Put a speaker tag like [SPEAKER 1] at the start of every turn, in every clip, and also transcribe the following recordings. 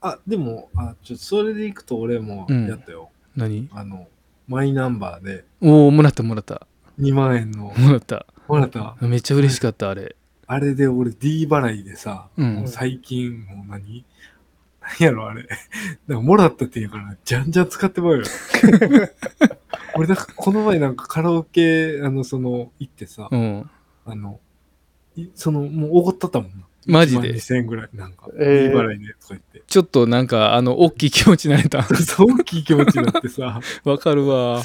[SPEAKER 1] あ、でも、あ、ちょ、それでいくと俺も
[SPEAKER 2] うん
[SPEAKER 1] やったよ。
[SPEAKER 2] 何
[SPEAKER 1] あの、マイナンバーで
[SPEAKER 2] おおもらったもらった
[SPEAKER 1] 2万円の、
[SPEAKER 2] もらった
[SPEAKER 1] もらった。
[SPEAKER 2] めっちゃ嬉しかったあれ
[SPEAKER 1] あれで俺 D 払いでさ、
[SPEAKER 2] うん
[SPEAKER 1] もう最近、もう何何やろ、あれ。なんかもらったって言うから、じゃんじゃん使ってまう よ。俺、なんかこの前なんかカラオケ、あの、その、行ってさ、
[SPEAKER 2] うん
[SPEAKER 1] あの、いその、もうおごったったもんな。
[SPEAKER 2] マジで
[SPEAKER 1] 2000円ぐらい、なんか、
[SPEAKER 3] えー
[SPEAKER 1] D 払いでとか言って。
[SPEAKER 2] ちょっとなんかあの大きい気持ちにな れた
[SPEAKER 1] そう大きい気持ちになってさ、
[SPEAKER 2] わかるわ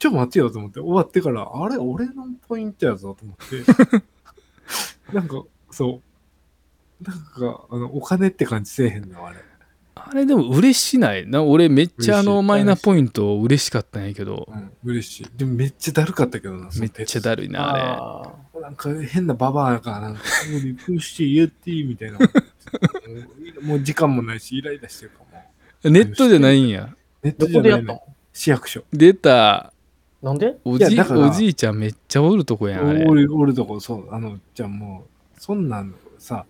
[SPEAKER 1] ちょ、待てよと思って、終わってから、あれ、俺のポイントやぞと思って。 なんか、そう。なんか、あの、お金って感じせえへんの、あれ。
[SPEAKER 2] あれでも嬉しないな俺めっちゃあ
[SPEAKER 1] 嬉し
[SPEAKER 2] の
[SPEAKER 1] い
[SPEAKER 2] マイナポイント嬉しかったんやけど
[SPEAKER 1] うん、嬉しい。でもめっちゃだるかったけどな、そ
[SPEAKER 2] め
[SPEAKER 1] の
[SPEAKER 2] っちゃ
[SPEAKER 1] る。
[SPEAKER 2] だるいなあれ
[SPEAKER 3] あー
[SPEAKER 1] なんか変なババアか、なんか、無理、プッシュ言っていいみ たいな。もうもう時間もないし、イライラしてるかも。
[SPEAKER 2] ネットじゃないんや
[SPEAKER 1] ネット
[SPEAKER 3] ど
[SPEAKER 1] じ
[SPEAKER 3] こ
[SPEAKER 1] ゃ
[SPEAKER 3] でや
[SPEAKER 1] ない
[SPEAKER 3] った
[SPEAKER 1] の
[SPEAKER 3] の
[SPEAKER 1] 市役所。
[SPEAKER 2] 出た
[SPEAKER 3] なんで
[SPEAKER 2] お
[SPEAKER 1] い
[SPEAKER 2] じ
[SPEAKER 1] や
[SPEAKER 2] い
[SPEAKER 1] だから
[SPEAKER 2] おじいちゃんめっちゃおるとこやんあれ
[SPEAKER 1] おる、おるとこ、そう、あの、じゃあもう、そんなんさ、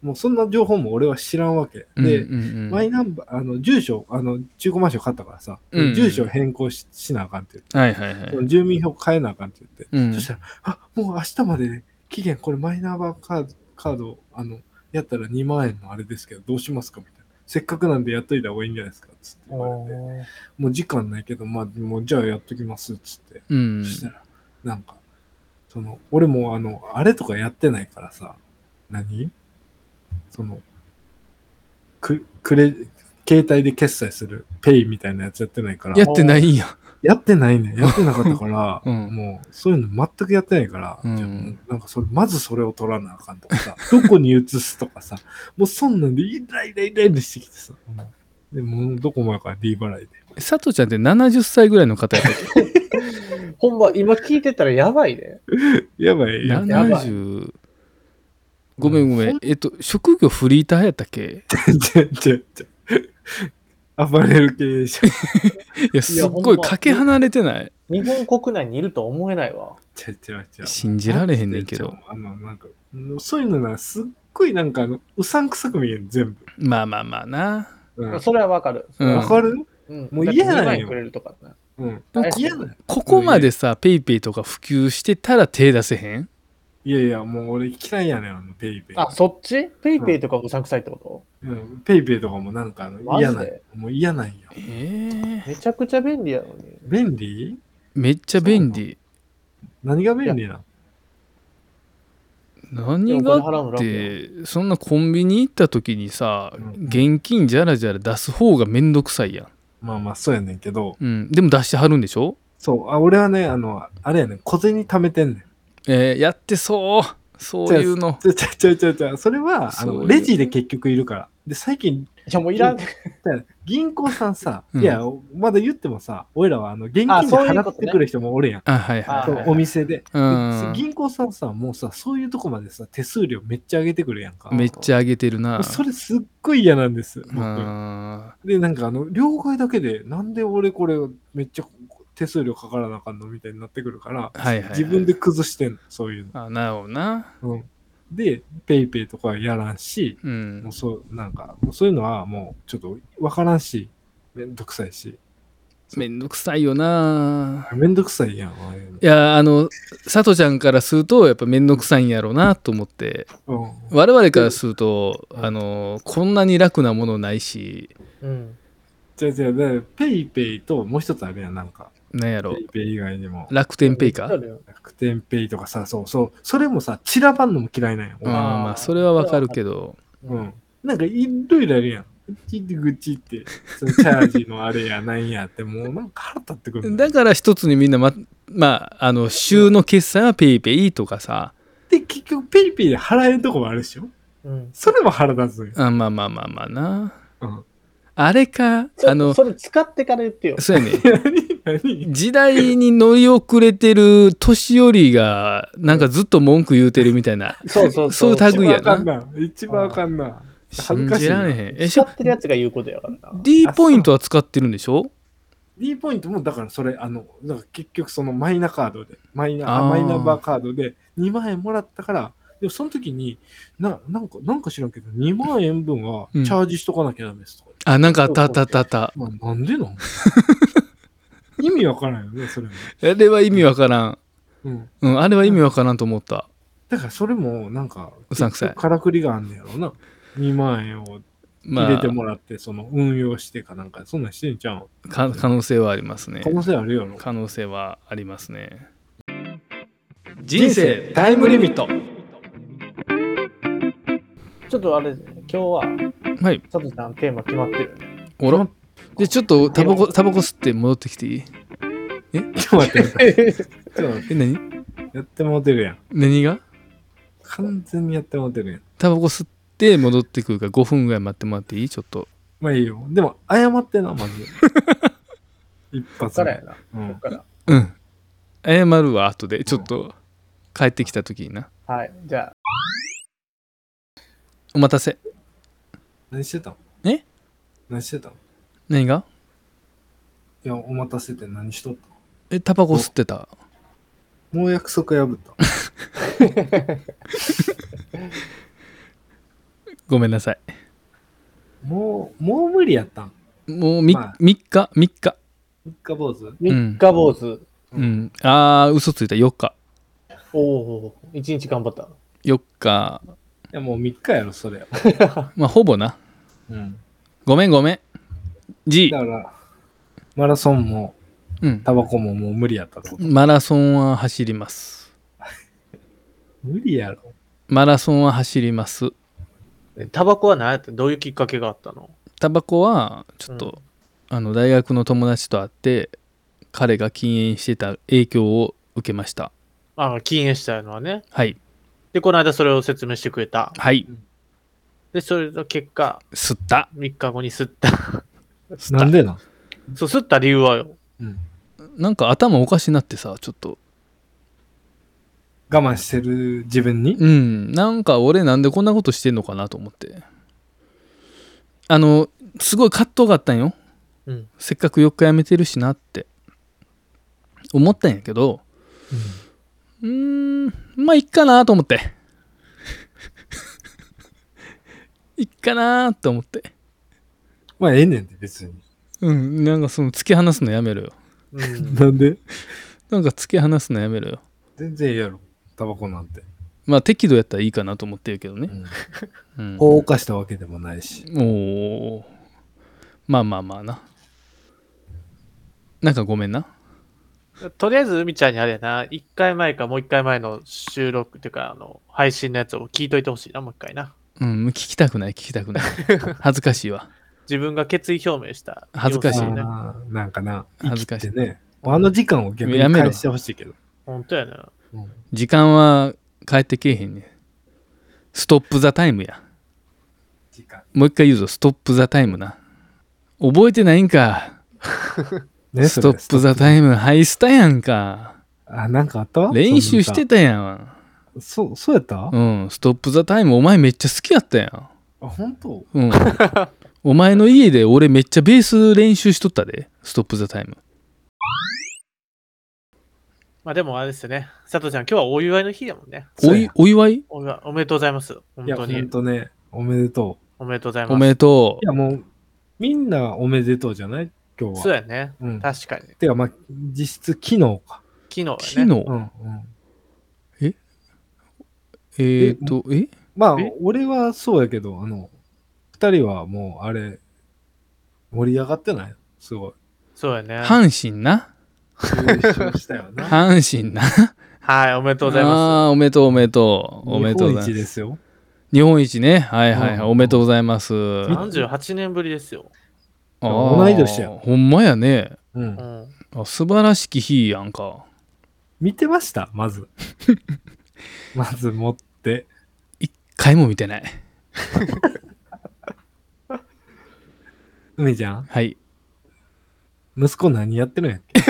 [SPEAKER 1] もうそんな情報も俺は知らんわけ。
[SPEAKER 2] うん
[SPEAKER 1] で、
[SPEAKER 2] うん
[SPEAKER 1] マ
[SPEAKER 2] う
[SPEAKER 1] イナンバー、あの、住所、あの、中古マンション買ったからさ、
[SPEAKER 2] うん
[SPEAKER 1] 住所変更ししなあかんって
[SPEAKER 2] ん、はいはいは
[SPEAKER 1] 言っ
[SPEAKER 2] い
[SPEAKER 1] て、その住民票変えなあかんって言って、
[SPEAKER 2] うん
[SPEAKER 1] そしたら、あもう明日まで、ね、期限、これマイナンバーカード、カード、あの、やったら2万円のあれですけど、どうしますかみたいな。せっかくなんでやっといた方がいいんじゃないですかつって言われて、
[SPEAKER 3] おー
[SPEAKER 1] もう時間ないけど、まあ、もうじゃあやっときます、つって。
[SPEAKER 2] うん
[SPEAKER 1] そしたら、なんか、その、俺もあの、あれとかやってないからさ、何その、く、くれ、携帯で決済する、ペイみたいなやつやってないから、
[SPEAKER 2] やってないんや
[SPEAKER 1] やってないね。やってなかったから、
[SPEAKER 2] うん
[SPEAKER 1] もう、そういうの全くやってないから、
[SPEAKER 2] うん
[SPEAKER 1] じゃあもうなんかそれ、まずそれを取らなあかんとかさ、 どこに移すとかさ、もうそんなんでイライライライラしてきてさ、でもうどこもやから D 払いで。
[SPEAKER 2] 佐藤ちゃんって70歳ぐらいの方やったっけ
[SPEAKER 3] ほんま、今聞いてたらやばいね。
[SPEAKER 1] やばい、やばい。
[SPEAKER 3] やばい
[SPEAKER 2] ?70。ごめんごめ。
[SPEAKER 1] うん
[SPEAKER 2] えっと、職業フリーターやったっけ
[SPEAKER 1] ちゃちゃちゃ。アパレル経営者。
[SPEAKER 2] いや、すっご
[SPEAKER 3] ほ
[SPEAKER 2] い
[SPEAKER 3] んま
[SPEAKER 2] かけ離れてない。
[SPEAKER 3] 日本国内にいるとは思えないわ。
[SPEAKER 1] ちゃちゃちゃ。
[SPEAKER 2] 信じられへんねんけ
[SPEAKER 1] ち
[SPEAKER 2] ど
[SPEAKER 1] ゃ。。あの、なんか、そういうのな、すっごいなんかあの、うさんくさく見える、全部。
[SPEAKER 2] まあまあまあな。
[SPEAKER 1] うん
[SPEAKER 3] それはわかる。
[SPEAKER 2] うん
[SPEAKER 1] わかる
[SPEAKER 3] うん
[SPEAKER 1] もう嫌なんよ
[SPEAKER 3] だって二枚くれるとかね。
[SPEAKER 1] うん。
[SPEAKER 3] なんか
[SPEAKER 1] 嫌だよ
[SPEAKER 2] ここまでさ、ペイペイとか普及してたら手出せへん
[SPEAKER 1] いやいや、もう俺嫌いやねん、あの、ペイペイ。
[SPEAKER 3] あ、そっちペイペイとかうさんくさいってこ
[SPEAKER 1] うん、ペイペイとかもなんかあの
[SPEAKER 3] マジ
[SPEAKER 1] 嫌
[SPEAKER 3] で
[SPEAKER 1] ない。もう嫌なんよ。
[SPEAKER 2] ええ
[SPEAKER 3] とめちゃくちゃ便利やのに。
[SPEAKER 1] 便利
[SPEAKER 2] めっちゃ便利。
[SPEAKER 1] 何が便利なの
[SPEAKER 2] 何
[SPEAKER 3] いやお金払う
[SPEAKER 2] が
[SPEAKER 3] の
[SPEAKER 2] っ
[SPEAKER 3] 楽
[SPEAKER 2] て、そんなコンビニ行った時にさ
[SPEAKER 1] う、ん
[SPEAKER 2] 現金じゃらじゃら出す方がめんどくさいやん。
[SPEAKER 1] まあまあ、そうやねんけど、
[SPEAKER 2] うん。でも出してはるんでしょ
[SPEAKER 1] そう、あ俺はね、あの、あれやねん、小銭貯めてんねん。
[SPEAKER 2] えーやってそう。そういうの。
[SPEAKER 1] ちゃちゃちゃちゃちゃ、それは、あ
[SPEAKER 2] そう
[SPEAKER 1] の
[SPEAKER 2] いう
[SPEAKER 1] レジで結局いるから。で、最近、
[SPEAKER 3] いや、もういらん。
[SPEAKER 1] だから銀行さんさ、
[SPEAKER 2] うん
[SPEAKER 1] いや、まだ言ってもさ、俺らはあの現金で
[SPEAKER 3] あそういう
[SPEAKER 1] 払
[SPEAKER 3] こ
[SPEAKER 1] っ
[SPEAKER 3] と
[SPEAKER 1] て
[SPEAKER 3] ね
[SPEAKER 1] くる人もおるやん。
[SPEAKER 2] あはいは
[SPEAKER 3] あ
[SPEAKER 2] い
[SPEAKER 1] そう
[SPEAKER 3] はいはい
[SPEAKER 1] お店で。で
[SPEAKER 2] うん
[SPEAKER 1] 銀行さんさ、もうさ、そういうとこまでさ、手数料めっちゃ上げてくるやんか。
[SPEAKER 2] めっちゃ上げてるな
[SPEAKER 1] それすっごい嫌なんです。
[SPEAKER 2] う
[SPEAKER 1] 僕
[SPEAKER 2] ん
[SPEAKER 1] で、なんかあの、両替だけで、なんで俺これめっちゃ手数料かからなあかんのみたいになってくるから、
[SPEAKER 2] はいはい
[SPEAKER 1] 自分で崩してんの、そういう
[SPEAKER 2] あなるほどな
[SPEAKER 1] の。うん、で、ペイペイとかはやらんし、
[SPEAKER 2] う
[SPEAKER 1] も
[SPEAKER 2] ん
[SPEAKER 1] うそう、なんか、もうそういうのはもうちょっとわからんし、めんどくさいし。
[SPEAKER 2] めんどくさいよな
[SPEAKER 1] めんどくさいやん、ああいうの
[SPEAKER 2] いやあの佐藤ちゃんからするとやっぱめんどくさいんやろうなと思って
[SPEAKER 1] うん
[SPEAKER 2] 我々からすると
[SPEAKER 1] うん
[SPEAKER 2] あのこんなに楽なものないし
[SPEAKER 3] うん。
[SPEAKER 1] じゃあじゃあ、だからペイペイともう一つあるやん、なんか。
[SPEAKER 2] なんや
[SPEAKER 1] ペ
[SPEAKER 2] ろ
[SPEAKER 1] イペイ以外にも。
[SPEAKER 2] 楽天ペイか
[SPEAKER 3] そうだよ
[SPEAKER 1] 楽天ペイとかさ、そうそう。それもさ、散らばんのも嫌いなんや。
[SPEAKER 2] うん
[SPEAKER 1] 俺
[SPEAKER 2] まあそれはわかるけど
[SPEAKER 1] うん。なんかいろいろあるやん。ちって愚痴って、そのチャージのあれやなんやって、もうなんか腹立ってくる。
[SPEAKER 2] だから一つにみんなままああの週の決済はペイペイとかさ
[SPEAKER 1] で、結局ペイペイで払えるとこもあるでしょ
[SPEAKER 3] うん。
[SPEAKER 1] それも腹立つんよ。
[SPEAKER 2] あまあまあまあまあな
[SPEAKER 1] うん。
[SPEAKER 2] あれかあ
[SPEAKER 3] あ
[SPEAKER 2] の
[SPEAKER 3] の、それ使ってから言ってよ。
[SPEAKER 2] そうやね
[SPEAKER 1] 何 何
[SPEAKER 2] 時代に乗り遅れてる年寄りがなんかずっと文句言うてるみたいな
[SPEAKER 3] そうそう
[SPEAKER 2] そ
[SPEAKER 3] そうう
[SPEAKER 2] いう類や
[SPEAKER 1] わかん
[SPEAKER 2] な
[SPEAKER 1] な。一番わかんな。恥
[SPEAKER 2] 信
[SPEAKER 1] ずかし
[SPEAKER 2] じ
[SPEAKER 1] いな
[SPEAKER 2] られへんえし
[SPEAKER 3] 使
[SPEAKER 2] ょ
[SPEAKER 3] ってるやつが言うことやからな。
[SPEAKER 2] D ポイントは使ってるんでしょ
[SPEAKER 1] D ポイントもだからそれ、あの、だから結局そのマイナカードで、マイナ、
[SPEAKER 2] あー
[SPEAKER 1] マイナンバーカードで2万円もらったから、でもその時に、な、なんか、なんか知らんけど、2万円分はチ
[SPEAKER 2] うん
[SPEAKER 1] ャージしとかなきゃダメですとか。
[SPEAKER 2] あ、なんかあったあったあったあった。
[SPEAKER 1] まあ、なんでなん 意味わからんよね、それも。
[SPEAKER 2] あれは意味わからん。
[SPEAKER 1] うん。
[SPEAKER 2] うん、あれは意味わからんと思った。
[SPEAKER 1] だからそれも、なんか、
[SPEAKER 2] うさんくさい
[SPEAKER 1] 結局からくりがあんねやろうな。2万円を
[SPEAKER 2] ま
[SPEAKER 1] 入れ
[SPEAKER 2] あ
[SPEAKER 1] て、もらって、その運用してかなんか、そんなんしてんじゃん。
[SPEAKER 2] か可能性はありますね
[SPEAKER 1] 可。能性ある やろ。
[SPEAKER 2] 可能性はありますね。
[SPEAKER 1] 人生タイムリミット。
[SPEAKER 3] ちょっとあれですね、今日は、
[SPEAKER 2] はい。
[SPEAKER 3] 佐藤さんテーマ決まってるよね。
[SPEAKER 2] おらじゃあちょっとタバコ、タバコ吸って戻ってきていい
[SPEAKER 1] ちょっと待って。ちょっと待って
[SPEAKER 2] え、何
[SPEAKER 1] やってもうてるやん。
[SPEAKER 2] 何が
[SPEAKER 1] 完全にやってもうてるやん。
[SPEAKER 2] タバコ吸って戻ってくるから5分ぐらい待ってもらっていいちょっと。
[SPEAKER 1] まあいいよ。でも、謝ってな、まず。 一
[SPEAKER 3] こっ
[SPEAKER 1] 発
[SPEAKER 3] か
[SPEAKER 1] 目
[SPEAKER 3] らやな。
[SPEAKER 1] う
[SPEAKER 3] こ
[SPEAKER 1] ん
[SPEAKER 3] っから。
[SPEAKER 2] うん。謝るわ、後で。ちょっと、帰ってきた時にな。
[SPEAKER 3] はい。じゃ
[SPEAKER 2] お待たせ。
[SPEAKER 1] 何してたの
[SPEAKER 2] え
[SPEAKER 1] 何してたの
[SPEAKER 2] 何が
[SPEAKER 1] いや、お待たせて何しとった
[SPEAKER 2] え、タバコ吸ってた。
[SPEAKER 1] のもう約束破った。
[SPEAKER 2] ごめんなさい。
[SPEAKER 1] もう、もう無理やったん。
[SPEAKER 2] もう 3,、
[SPEAKER 1] まあ
[SPEAKER 2] 三日、3日。
[SPEAKER 1] 三日坊主
[SPEAKER 3] あ、三日坊主。
[SPEAKER 2] うん。あー、嘘ついた。4日。
[SPEAKER 3] おお、一日頑張った。
[SPEAKER 2] 4日。
[SPEAKER 1] いや、もう三日やろ、それ。
[SPEAKER 2] まあ、ほぼな。
[SPEAKER 1] うん。
[SPEAKER 2] ごめん、ごめん。G
[SPEAKER 1] だ。から、マラソンも、
[SPEAKER 2] うん。
[SPEAKER 1] タバコももう無理やったってこと。
[SPEAKER 2] マラソンは走ります。
[SPEAKER 1] 無理やろ。
[SPEAKER 2] マラソンは走ります。
[SPEAKER 3] タバコは何やったどういうきっかけがあったの
[SPEAKER 2] タバコはちょっと、あの大学の友達と会って彼が禁煙してた影響を受けました
[SPEAKER 3] あ禁煙したのはね。
[SPEAKER 2] はい
[SPEAKER 3] で、この間それを説明してくれた。
[SPEAKER 2] はい
[SPEAKER 3] で、それの結果、
[SPEAKER 2] 吸った
[SPEAKER 3] 3日後に吸った。
[SPEAKER 2] 吸
[SPEAKER 1] なん
[SPEAKER 2] っ
[SPEAKER 1] でなん
[SPEAKER 3] そう、吸った理由はよ。
[SPEAKER 1] うん。
[SPEAKER 2] たなんか頭おかしなってさちょっと
[SPEAKER 1] 我慢してる自分に
[SPEAKER 2] うんなんか俺なんでこんなことしてんのかなと思ってあのすごい葛藤があったんよ
[SPEAKER 3] うん。
[SPEAKER 2] せっかく4日やめてるしなって思ったんやけどうーんまあいっかなと思って いっかなと思って
[SPEAKER 1] まあ、ええねんで、別に。
[SPEAKER 2] うん、なんかその突き放すのやめろよ。
[SPEAKER 3] うん、
[SPEAKER 1] なんで
[SPEAKER 2] なんか突き放すのやめろよ。
[SPEAKER 1] 全然ええやろ。タバコなんて。
[SPEAKER 2] まあ適度やったらいいかなと思ってるけど
[SPEAKER 1] う
[SPEAKER 2] ね。
[SPEAKER 1] ん
[SPEAKER 2] うん、お
[SPEAKER 1] 放火したわけでもないし。
[SPEAKER 2] お。まあまあまあな。なんかごめんな。
[SPEAKER 3] とりあえず、海ちゃんにあれやな、1回前かもう1回前の収録っていうか、あの、配信のやつを聞いといてほしいな、もう1回な。
[SPEAKER 2] うん、聞きたくない聞きたくない。恥ずかしいわ。
[SPEAKER 3] 自分が決意表明した。
[SPEAKER 2] 恥ずかしい
[SPEAKER 3] 様子ね。
[SPEAKER 1] あーなんかな、
[SPEAKER 2] 恥ずかし
[SPEAKER 1] 生
[SPEAKER 2] い
[SPEAKER 1] きてね。あの時間を逆に
[SPEAKER 2] やめろ
[SPEAKER 1] 返してほしいけど。
[SPEAKER 3] 本当やな。
[SPEAKER 1] うん
[SPEAKER 2] 時間は帰ってけえへんね。ストップザタイムや。
[SPEAKER 1] 時間
[SPEAKER 2] もう一回言うぞ、ストップザタイムな。覚えてないんか。
[SPEAKER 1] ね、
[SPEAKER 2] ストップザ
[SPEAKER 1] イ
[SPEAKER 2] タイム、ハイスタやんか。
[SPEAKER 1] ム。あ、なんかあった
[SPEAKER 2] 練習してたやん。
[SPEAKER 1] そう、そうやった
[SPEAKER 2] うん、ストップ・ザ・タイム、お前めっちゃ好きやったやん。
[SPEAKER 1] あ、本当
[SPEAKER 2] うん。 お前の家で俺めっちゃベース練習しとったで、ストップ・ザ・タイム。
[SPEAKER 3] まあでもあれですよね。佐藤ちゃん、今日はお祝いの日だもんね。
[SPEAKER 2] おいお祝い
[SPEAKER 3] お祝いおめでとうございます。本
[SPEAKER 1] いや、
[SPEAKER 3] 当
[SPEAKER 1] 本
[SPEAKER 3] に。
[SPEAKER 1] 当ね、おめでと
[SPEAKER 3] おめでとうございます。
[SPEAKER 2] おめでと
[SPEAKER 1] う。いや、もう、みんなおめでとうじゃない今日
[SPEAKER 3] そう
[SPEAKER 1] は。
[SPEAKER 3] やね。
[SPEAKER 1] うん。
[SPEAKER 3] 確かに。昨
[SPEAKER 1] てか、まあ、実質昨日か。
[SPEAKER 3] 日
[SPEAKER 2] う。
[SPEAKER 3] はね。
[SPEAKER 2] 昨日、
[SPEAKER 1] うんうん。
[SPEAKER 2] えーっと、え
[SPEAKER 1] まあ
[SPEAKER 3] え、
[SPEAKER 1] 俺はそうやけど、あの、二人はもう、あれ、盛り上がってないす ごい。
[SPEAKER 3] そうやね。
[SPEAKER 2] 阪神な
[SPEAKER 1] 優勝したよな。
[SPEAKER 2] 阪神な。あ
[SPEAKER 3] はい、おめでとうございま
[SPEAKER 2] あー、おめでとう、おめでと う。おめでとうご
[SPEAKER 1] 日本一
[SPEAKER 2] ざいます。
[SPEAKER 1] ですよ。
[SPEAKER 2] 日本一ね。はいはいはい。
[SPEAKER 1] うん
[SPEAKER 2] おめでとうございます。
[SPEAKER 3] す。38年ぶりですよ。
[SPEAKER 2] あー
[SPEAKER 1] 同い年や
[SPEAKER 2] ほんまやね。
[SPEAKER 1] うん
[SPEAKER 3] う。ん。
[SPEAKER 2] あ素晴らしき日やんか。
[SPEAKER 1] 見てましたまず。まず持って。
[SPEAKER 2] 一回も見てない。
[SPEAKER 1] 梅ちゃん、
[SPEAKER 2] はい。
[SPEAKER 1] 息子何やってるんやっけ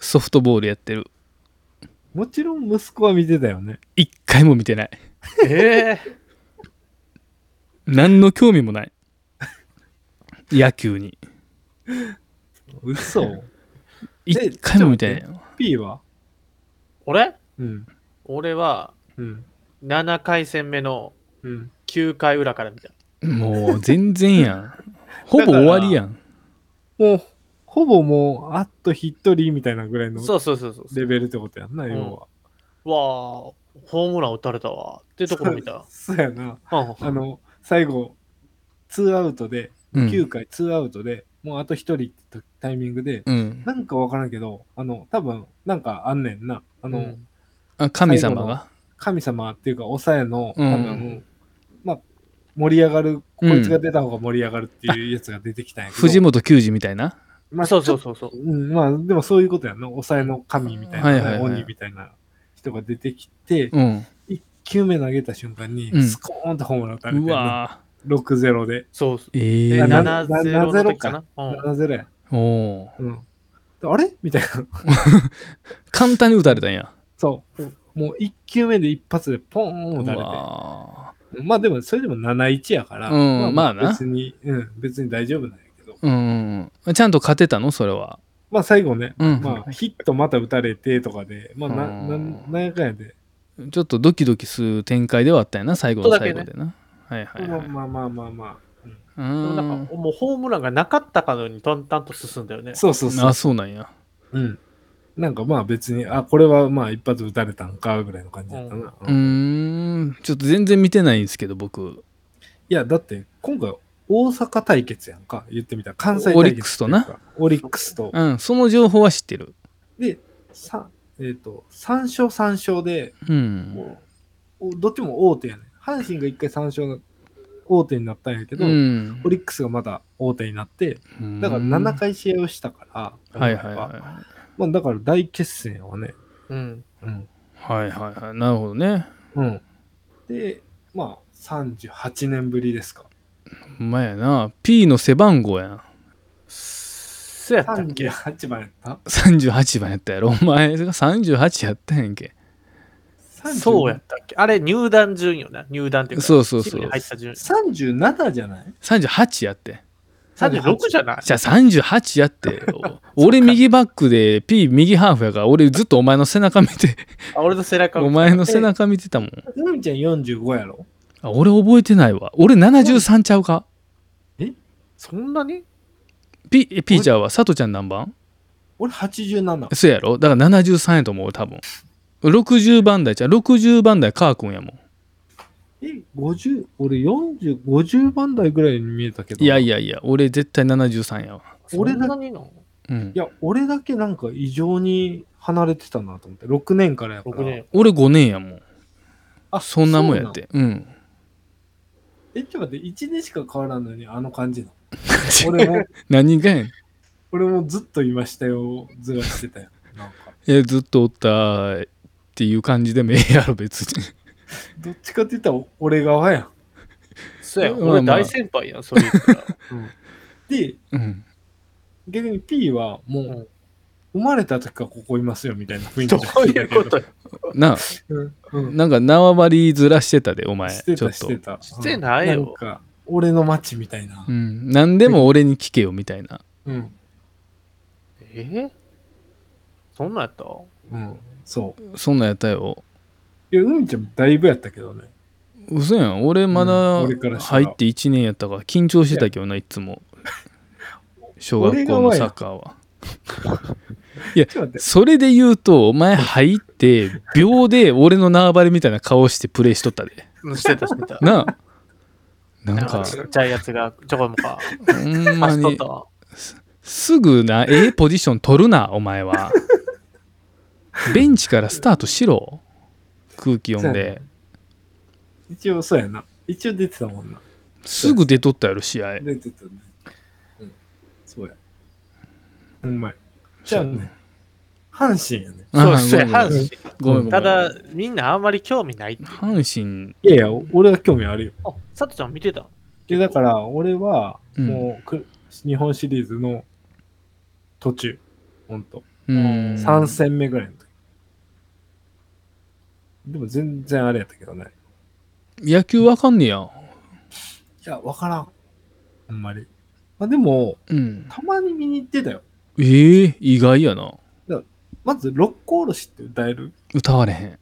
[SPEAKER 2] ソフトボールやってる。
[SPEAKER 1] もちろん息子は見てたよね。
[SPEAKER 2] 一回も見てない。
[SPEAKER 3] ええ
[SPEAKER 2] 何の興味もない野球に
[SPEAKER 1] 嘘。
[SPEAKER 2] 一回も見てないよ
[SPEAKER 1] P は
[SPEAKER 3] 俺
[SPEAKER 1] うん。
[SPEAKER 3] 俺は
[SPEAKER 1] うん。
[SPEAKER 3] 7回戦目の
[SPEAKER 1] うん。
[SPEAKER 3] 9回裏から見た。
[SPEAKER 2] もう全然やん。 ほぼ終わりやん。
[SPEAKER 1] もう、ほぼもう、あっと一人みたいなぐらいの
[SPEAKER 3] そうそうそうそう。
[SPEAKER 1] レベルってことやんな、
[SPEAKER 3] ん
[SPEAKER 1] 要は。
[SPEAKER 3] わあ、ホームラン打たれたわ。ってところ見た。
[SPEAKER 1] そうやな。
[SPEAKER 3] うん
[SPEAKER 1] あの、最後、ツーアウトで、
[SPEAKER 2] うん
[SPEAKER 1] 9回ツーアウトで、もうあと一人ってタイミングで、
[SPEAKER 2] うん。
[SPEAKER 1] なんかわからんけど、あの、多分なんかあんねんな。あの、
[SPEAKER 3] うん
[SPEAKER 2] あ神様が。
[SPEAKER 1] 神様っていうか、抑えの、多
[SPEAKER 2] うん
[SPEAKER 1] 分、まあ、盛り上がる、こ
[SPEAKER 2] うん
[SPEAKER 1] いつが出た方が盛り上がるっていうやつが出てきたんやけど。
[SPEAKER 2] 藤本球児みたいな。
[SPEAKER 1] まあ、
[SPEAKER 3] そうそう
[SPEAKER 1] ちょ
[SPEAKER 3] そうそう
[SPEAKER 1] っと。うん、まあ、でもそういうことやんの。抑えの神みたいな、
[SPEAKER 2] はいはいはい
[SPEAKER 1] 鬼みたいな人が出てきて、
[SPEAKER 2] うん。
[SPEAKER 1] 1球目投げた瞬間に
[SPEAKER 2] う、ん
[SPEAKER 1] スコーンとホームラン打たれてん
[SPEAKER 2] う
[SPEAKER 1] の、
[SPEAKER 2] わ
[SPEAKER 1] 6-0で。
[SPEAKER 3] そうそう。
[SPEAKER 2] ー
[SPEAKER 3] え
[SPEAKER 2] ええ
[SPEAKER 1] ーな
[SPEAKER 3] 7 0の時かな。うん
[SPEAKER 1] 7-0や。
[SPEAKER 2] おおー。
[SPEAKER 1] うん。あれみたいな。
[SPEAKER 2] 簡単に打たれたんや。
[SPEAKER 1] そう。もう1球目で一発でポーン打たれて。
[SPEAKER 2] わ
[SPEAKER 1] まあでも、それでも7-1やから、
[SPEAKER 2] うんまあな
[SPEAKER 1] 別に、うん、別に大丈夫なんやけど。
[SPEAKER 2] ーうん。ちゃんと勝てたのそれは。
[SPEAKER 1] まあ最後ね、
[SPEAKER 2] うん
[SPEAKER 1] まあヒットまた打たれてとかで、まあな、
[SPEAKER 2] うん
[SPEAKER 1] なん、なんやかんやで、
[SPEAKER 2] ちょっとドキドキする展開ではあったんやな、最後の
[SPEAKER 3] ちょっとだ
[SPEAKER 2] 最後
[SPEAKER 3] けね
[SPEAKER 2] でな。はいはい
[SPEAKER 1] ま
[SPEAKER 2] は
[SPEAKER 1] あ
[SPEAKER 2] い。
[SPEAKER 1] まあまあまあま
[SPEAKER 2] う
[SPEAKER 3] でも
[SPEAKER 2] ー
[SPEAKER 3] なん
[SPEAKER 2] ん
[SPEAKER 3] かもうホームランがなかったかのように淡々と進んだよね
[SPEAKER 1] あ。。そうそうそう
[SPEAKER 2] あ、。そうなんや。
[SPEAKER 1] うん。なんかまあ別に、あ、これはまあ一発打たれたんかぐらいの感じだったな。
[SPEAKER 2] う
[SPEAKER 1] うんい
[SPEAKER 2] ーん。ちょっと全然見てないんですけど、僕。
[SPEAKER 1] や、だって今回大阪対決やんか、言ってみたら関西対決
[SPEAKER 2] オリックスとな
[SPEAKER 1] っていうか。オリックスと。
[SPEAKER 2] うん。その情報は知ってる。
[SPEAKER 1] で、さえっ、と、3勝3勝で、
[SPEAKER 2] うん。
[SPEAKER 1] もう、おどっちも大手やねん阪神が一回3勝の大手になったんやけど、
[SPEAKER 2] うん
[SPEAKER 1] オリックスがまだ大手になって、だから7回試合をしたから、
[SPEAKER 2] うんはいはいはい。
[SPEAKER 1] まあだから大決戦はね、
[SPEAKER 3] うん。
[SPEAKER 1] うん。
[SPEAKER 2] はいはいはい。なるほどね。
[SPEAKER 1] うん。で、まあ38年ぶりですか。
[SPEAKER 2] ほんまやな。P の背番号やん。
[SPEAKER 3] そうやったっけ
[SPEAKER 1] 38番やった
[SPEAKER 2] 38番やったやろ。お前が38やったんやんけ。
[SPEAKER 3] そうやっ。たっけあれ入団順よな。入団っていうか。
[SPEAKER 2] そうそうそう
[SPEAKER 3] チームに入った順。
[SPEAKER 1] 37じゃない
[SPEAKER 2] 38やって。
[SPEAKER 3] 36じゃない
[SPEAKER 2] じゃあ38やって。お俺右バックで P 右ハーフやから、俺ずっとお前の背中見て、
[SPEAKER 3] あ俺の背中
[SPEAKER 2] お前の背中見てたもん。
[SPEAKER 1] 海ちゃん45やろ
[SPEAKER 2] あ俺覚えてないわ。俺73ちゃうか。
[SPEAKER 3] そんなに
[SPEAKER 2] P, え P ちゃうわ。佐藤ちゃん何番
[SPEAKER 1] 俺87。
[SPEAKER 2] そうやろだから73やと思う、多分。60番台ちゃう。60番台カー君やもん。
[SPEAKER 1] え、50、俺40、50番台ぐらいに見えたけど。
[SPEAKER 2] いやい
[SPEAKER 1] や。
[SPEAKER 2] やいや、俺絶対73やわ。
[SPEAKER 1] 俺だ
[SPEAKER 3] そんなにの
[SPEAKER 2] うん
[SPEAKER 1] い。や、俺だけなんか異常に離れてたなと思って。6年からやから。
[SPEAKER 3] ?6 年。
[SPEAKER 2] 俺5年やもん。
[SPEAKER 1] あ、
[SPEAKER 2] そんなもんやって。うん。
[SPEAKER 1] え、ちょっと待って、1年しか変わらんのに、あの感じ の。俺も、
[SPEAKER 2] 何がやねん。
[SPEAKER 1] 俺もずっといましたよ、ずらしてたよ。なんか。
[SPEAKER 2] え、ずっとおったっていう感じでもええやろ、別に。
[SPEAKER 1] どっちかって言ったら、俺側やん。
[SPEAKER 3] そうや、
[SPEAKER 2] まあ
[SPEAKER 3] 俺
[SPEAKER 2] まあ
[SPEAKER 3] 大先輩やん、それ言ったら。
[SPEAKER 1] で、
[SPEAKER 2] うん。
[SPEAKER 1] 逆に P はもう、
[SPEAKER 3] うん
[SPEAKER 1] 生まれた時からここいますよみたいな雰囲気
[SPEAKER 3] どういうことよ
[SPEAKER 2] なあ、
[SPEAKER 1] うんうん
[SPEAKER 2] なんか縄張りずらしてたで、お前。
[SPEAKER 1] して
[SPEAKER 2] ちょ
[SPEAKER 1] た
[SPEAKER 2] っ
[SPEAKER 1] し
[SPEAKER 2] と
[SPEAKER 1] て。た。
[SPEAKER 3] してないよ
[SPEAKER 1] うんなんか、俺の街みたいな
[SPEAKER 2] う。ん。何でも俺に聞けよ、みたいな。
[SPEAKER 1] うん。
[SPEAKER 3] えそんなんやった
[SPEAKER 1] うん。そう。
[SPEAKER 2] そんなんやったよ。
[SPEAKER 1] いや、海ちゃんだいぶやったけどね。
[SPEAKER 2] 嘘やん。俺まだ
[SPEAKER 1] うん俺
[SPEAKER 2] 入って
[SPEAKER 1] からしたら
[SPEAKER 2] 1年やったから、緊張してたけどな、いつも。小学校のサッカーは。
[SPEAKER 1] ちょっと待って。
[SPEAKER 2] それで言うと、お前入って、秒で俺の縄張りみたいな顔してプレイしとったで。
[SPEAKER 3] うんしてた、してた。
[SPEAKER 2] なあ。 なん
[SPEAKER 3] な ん
[SPEAKER 2] か
[SPEAKER 3] か、ちっちゃいやつがちょこもか。
[SPEAKER 2] ほんま
[SPEAKER 3] 走
[SPEAKER 2] に
[SPEAKER 3] っと。ったわ
[SPEAKER 2] すぐな、ええポジション取るな、お前は。ベンチからスタートしろ。空気読んで。
[SPEAKER 1] 一応そうやな。一応出てたもんな。
[SPEAKER 2] すぐ出とったやろ、試合。
[SPEAKER 1] 出てたね。うん。そうや。うまい。じゃあね、阪神やね。
[SPEAKER 3] そう、
[SPEAKER 2] あ
[SPEAKER 3] そうや、
[SPEAKER 2] ごめん
[SPEAKER 3] 阪
[SPEAKER 2] ごめんごめん
[SPEAKER 3] 神。ただ、みんなあんまり興味ないっていう。
[SPEAKER 2] 阪神、
[SPEAKER 1] いやいや、俺は興味あるよ。
[SPEAKER 3] あ、佐藤ちゃん見てた
[SPEAKER 1] で、だから、俺は、
[SPEAKER 2] うん
[SPEAKER 1] もうく、日本シリーズの途中、ほんと。
[SPEAKER 2] うん。
[SPEAKER 1] 3戦目ぐらいの時。でも全然あれやったけどね。
[SPEAKER 2] 野球わかんねえや。
[SPEAKER 1] いや、わからん。あんまり。まあでも、
[SPEAKER 2] うん。
[SPEAKER 1] たまに見に行ってたよ。
[SPEAKER 2] ええ意外やな。
[SPEAKER 1] まず、六甲おろしって歌える
[SPEAKER 2] 歌われへん。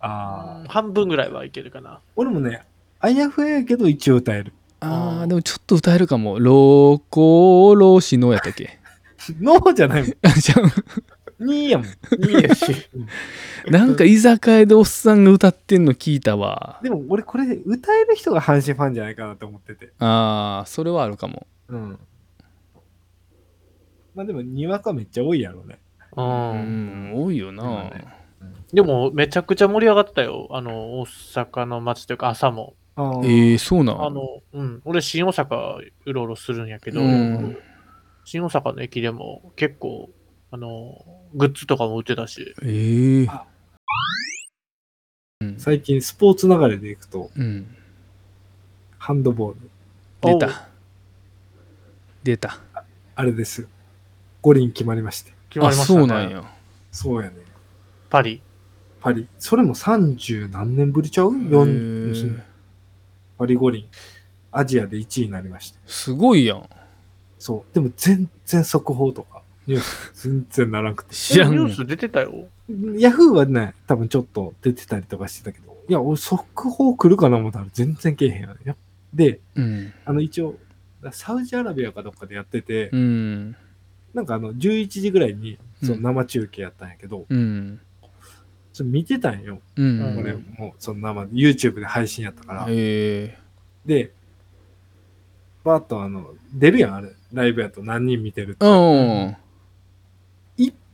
[SPEAKER 1] ああ。
[SPEAKER 3] 半分ぐらいはいけるかな。
[SPEAKER 1] 俺もね、あやふややけど一応歌える。
[SPEAKER 2] あーでもちょっと歌えるかも「老子老子の」やったっけ
[SPEAKER 1] ノーじゃない もん。
[SPEAKER 2] あじゃあ
[SPEAKER 1] にーやもん。
[SPEAKER 3] いいやし。
[SPEAKER 2] なんか居酒屋でおっさんが歌ってんの聞いたわ
[SPEAKER 1] でも俺これ歌える人が阪神ファンじゃないかなと思ってて。
[SPEAKER 2] あーそれはあるかも
[SPEAKER 1] うん。まあでも、にわかめっちゃ多いやろうね。
[SPEAKER 3] う。
[SPEAKER 2] うんん多いよな、
[SPEAKER 1] そうだね
[SPEAKER 3] でも、めちゃくちゃ盛り上がったよ。あの、大阪の街というか、朝も。
[SPEAKER 1] あ
[SPEAKER 2] えー、そうなん
[SPEAKER 3] あの、うん。俺、新大阪、うろうろするんやけど、
[SPEAKER 2] うん
[SPEAKER 3] 新大阪の駅でも結構、あの、グッズとかも売ってたし、
[SPEAKER 2] えー
[SPEAKER 1] あ
[SPEAKER 2] うん
[SPEAKER 1] 最近スポーツ流れでいくと、
[SPEAKER 2] うん、
[SPEAKER 1] ハンドボール。
[SPEAKER 2] 出
[SPEAKER 3] おう
[SPEAKER 2] た出た
[SPEAKER 1] あれですよ。五輪決まりまして。
[SPEAKER 3] 決ま
[SPEAKER 2] あ
[SPEAKER 3] りましたね。
[SPEAKER 2] そうなんや
[SPEAKER 1] そうやね。
[SPEAKER 3] パリ。
[SPEAKER 1] パリ。それも三十何年ぶりちゃう
[SPEAKER 2] へ
[SPEAKER 1] 四
[SPEAKER 2] ー
[SPEAKER 1] パリ五輪。アジアで1位になりました。
[SPEAKER 2] すごいやん
[SPEAKER 1] そう。でも全然速報とか、ニュース 全然ならなくて。
[SPEAKER 2] 知らん
[SPEAKER 3] えニ
[SPEAKER 2] わ
[SPEAKER 3] ュース出てたよ。
[SPEAKER 1] ヤフーはね、多分ちょっと出てたりとかしてたけど、いや、俺速報来るかな思ったら全然けえへんやん。やっで、
[SPEAKER 2] うん
[SPEAKER 1] あの一応、サウジアラビアかどっかでやってて、
[SPEAKER 2] うん
[SPEAKER 1] なんかあの11時ぐらいにその生中継やったんやけど、
[SPEAKER 2] うん
[SPEAKER 1] それ見てたんよ。
[SPEAKER 2] う
[SPEAKER 3] うん
[SPEAKER 2] ん
[SPEAKER 1] 俺もうその生で YouTube で配信やったから。
[SPEAKER 2] え
[SPEAKER 1] で、バーッとあの、出るやん、あれ。ライブやと何人見てるって
[SPEAKER 2] ー、。うん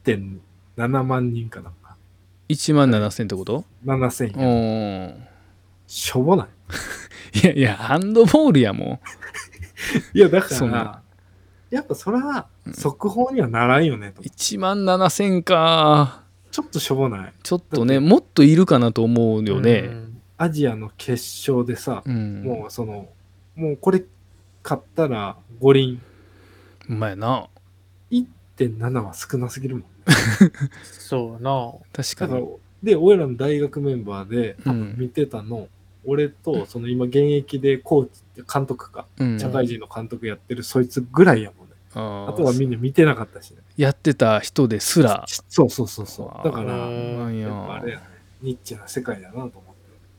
[SPEAKER 1] 1.7万人かなんか。
[SPEAKER 2] 1万7000ってこと
[SPEAKER 1] 7000
[SPEAKER 2] うん
[SPEAKER 1] や。しょぼない。
[SPEAKER 2] いやいやハンドボールやも
[SPEAKER 1] いや、だか
[SPEAKER 2] そう
[SPEAKER 1] ら
[SPEAKER 2] な、
[SPEAKER 1] やっぱそれは速報にはならんよねと
[SPEAKER 2] う。1万7000か
[SPEAKER 1] ちょっとしょぼない。
[SPEAKER 2] ちょっと
[SPEAKER 1] だ
[SPEAKER 2] ね
[SPEAKER 1] って
[SPEAKER 2] もっといるかなと思うよ
[SPEAKER 3] う
[SPEAKER 2] ね
[SPEAKER 3] ん
[SPEAKER 1] アジアの決勝でさ、
[SPEAKER 2] うん
[SPEAKER 1] もうその、もうこれ買ったら五輪
[SPEAKER 2] うまいな
[SPEAKER 1] 1.7は少なすぎるもん。
[SPEAKER 3] そうやな。
[SPEAKER 2] 確か
[SPEAKER 1] だから
[SPEAKER 2] に、
[SPEAKER 1] で、俺らの大学メンバーで
[SPEAKER 2] うん
[SPEAKER 1] 見てたの、俺と、その今現役でコーチ、監督か、
[SPEAKER 2] うん、
[SPEAKER 1] 社会人の監督やってるそいつぐらいやもんね。
[SPEAKER 2] あ
[SPEAKER 1] あ
[SPEAKER 2] ー
[SPEAKER 1] とはみんな見てなかったしね。
[SPEAKER 2] やってた人ですら
[SPEAKER 1] そうそうそうそう。だか
[SPEAKER 3] う
[SPEAKER 1] ら、
[SPEAKER 3] ん
[SPEAKER 2] なん
[SPEAKER 1] や
[SPEAKER 2] や
[SPEAKER 1] っぱあれやね、ニッチな世界だなと思っ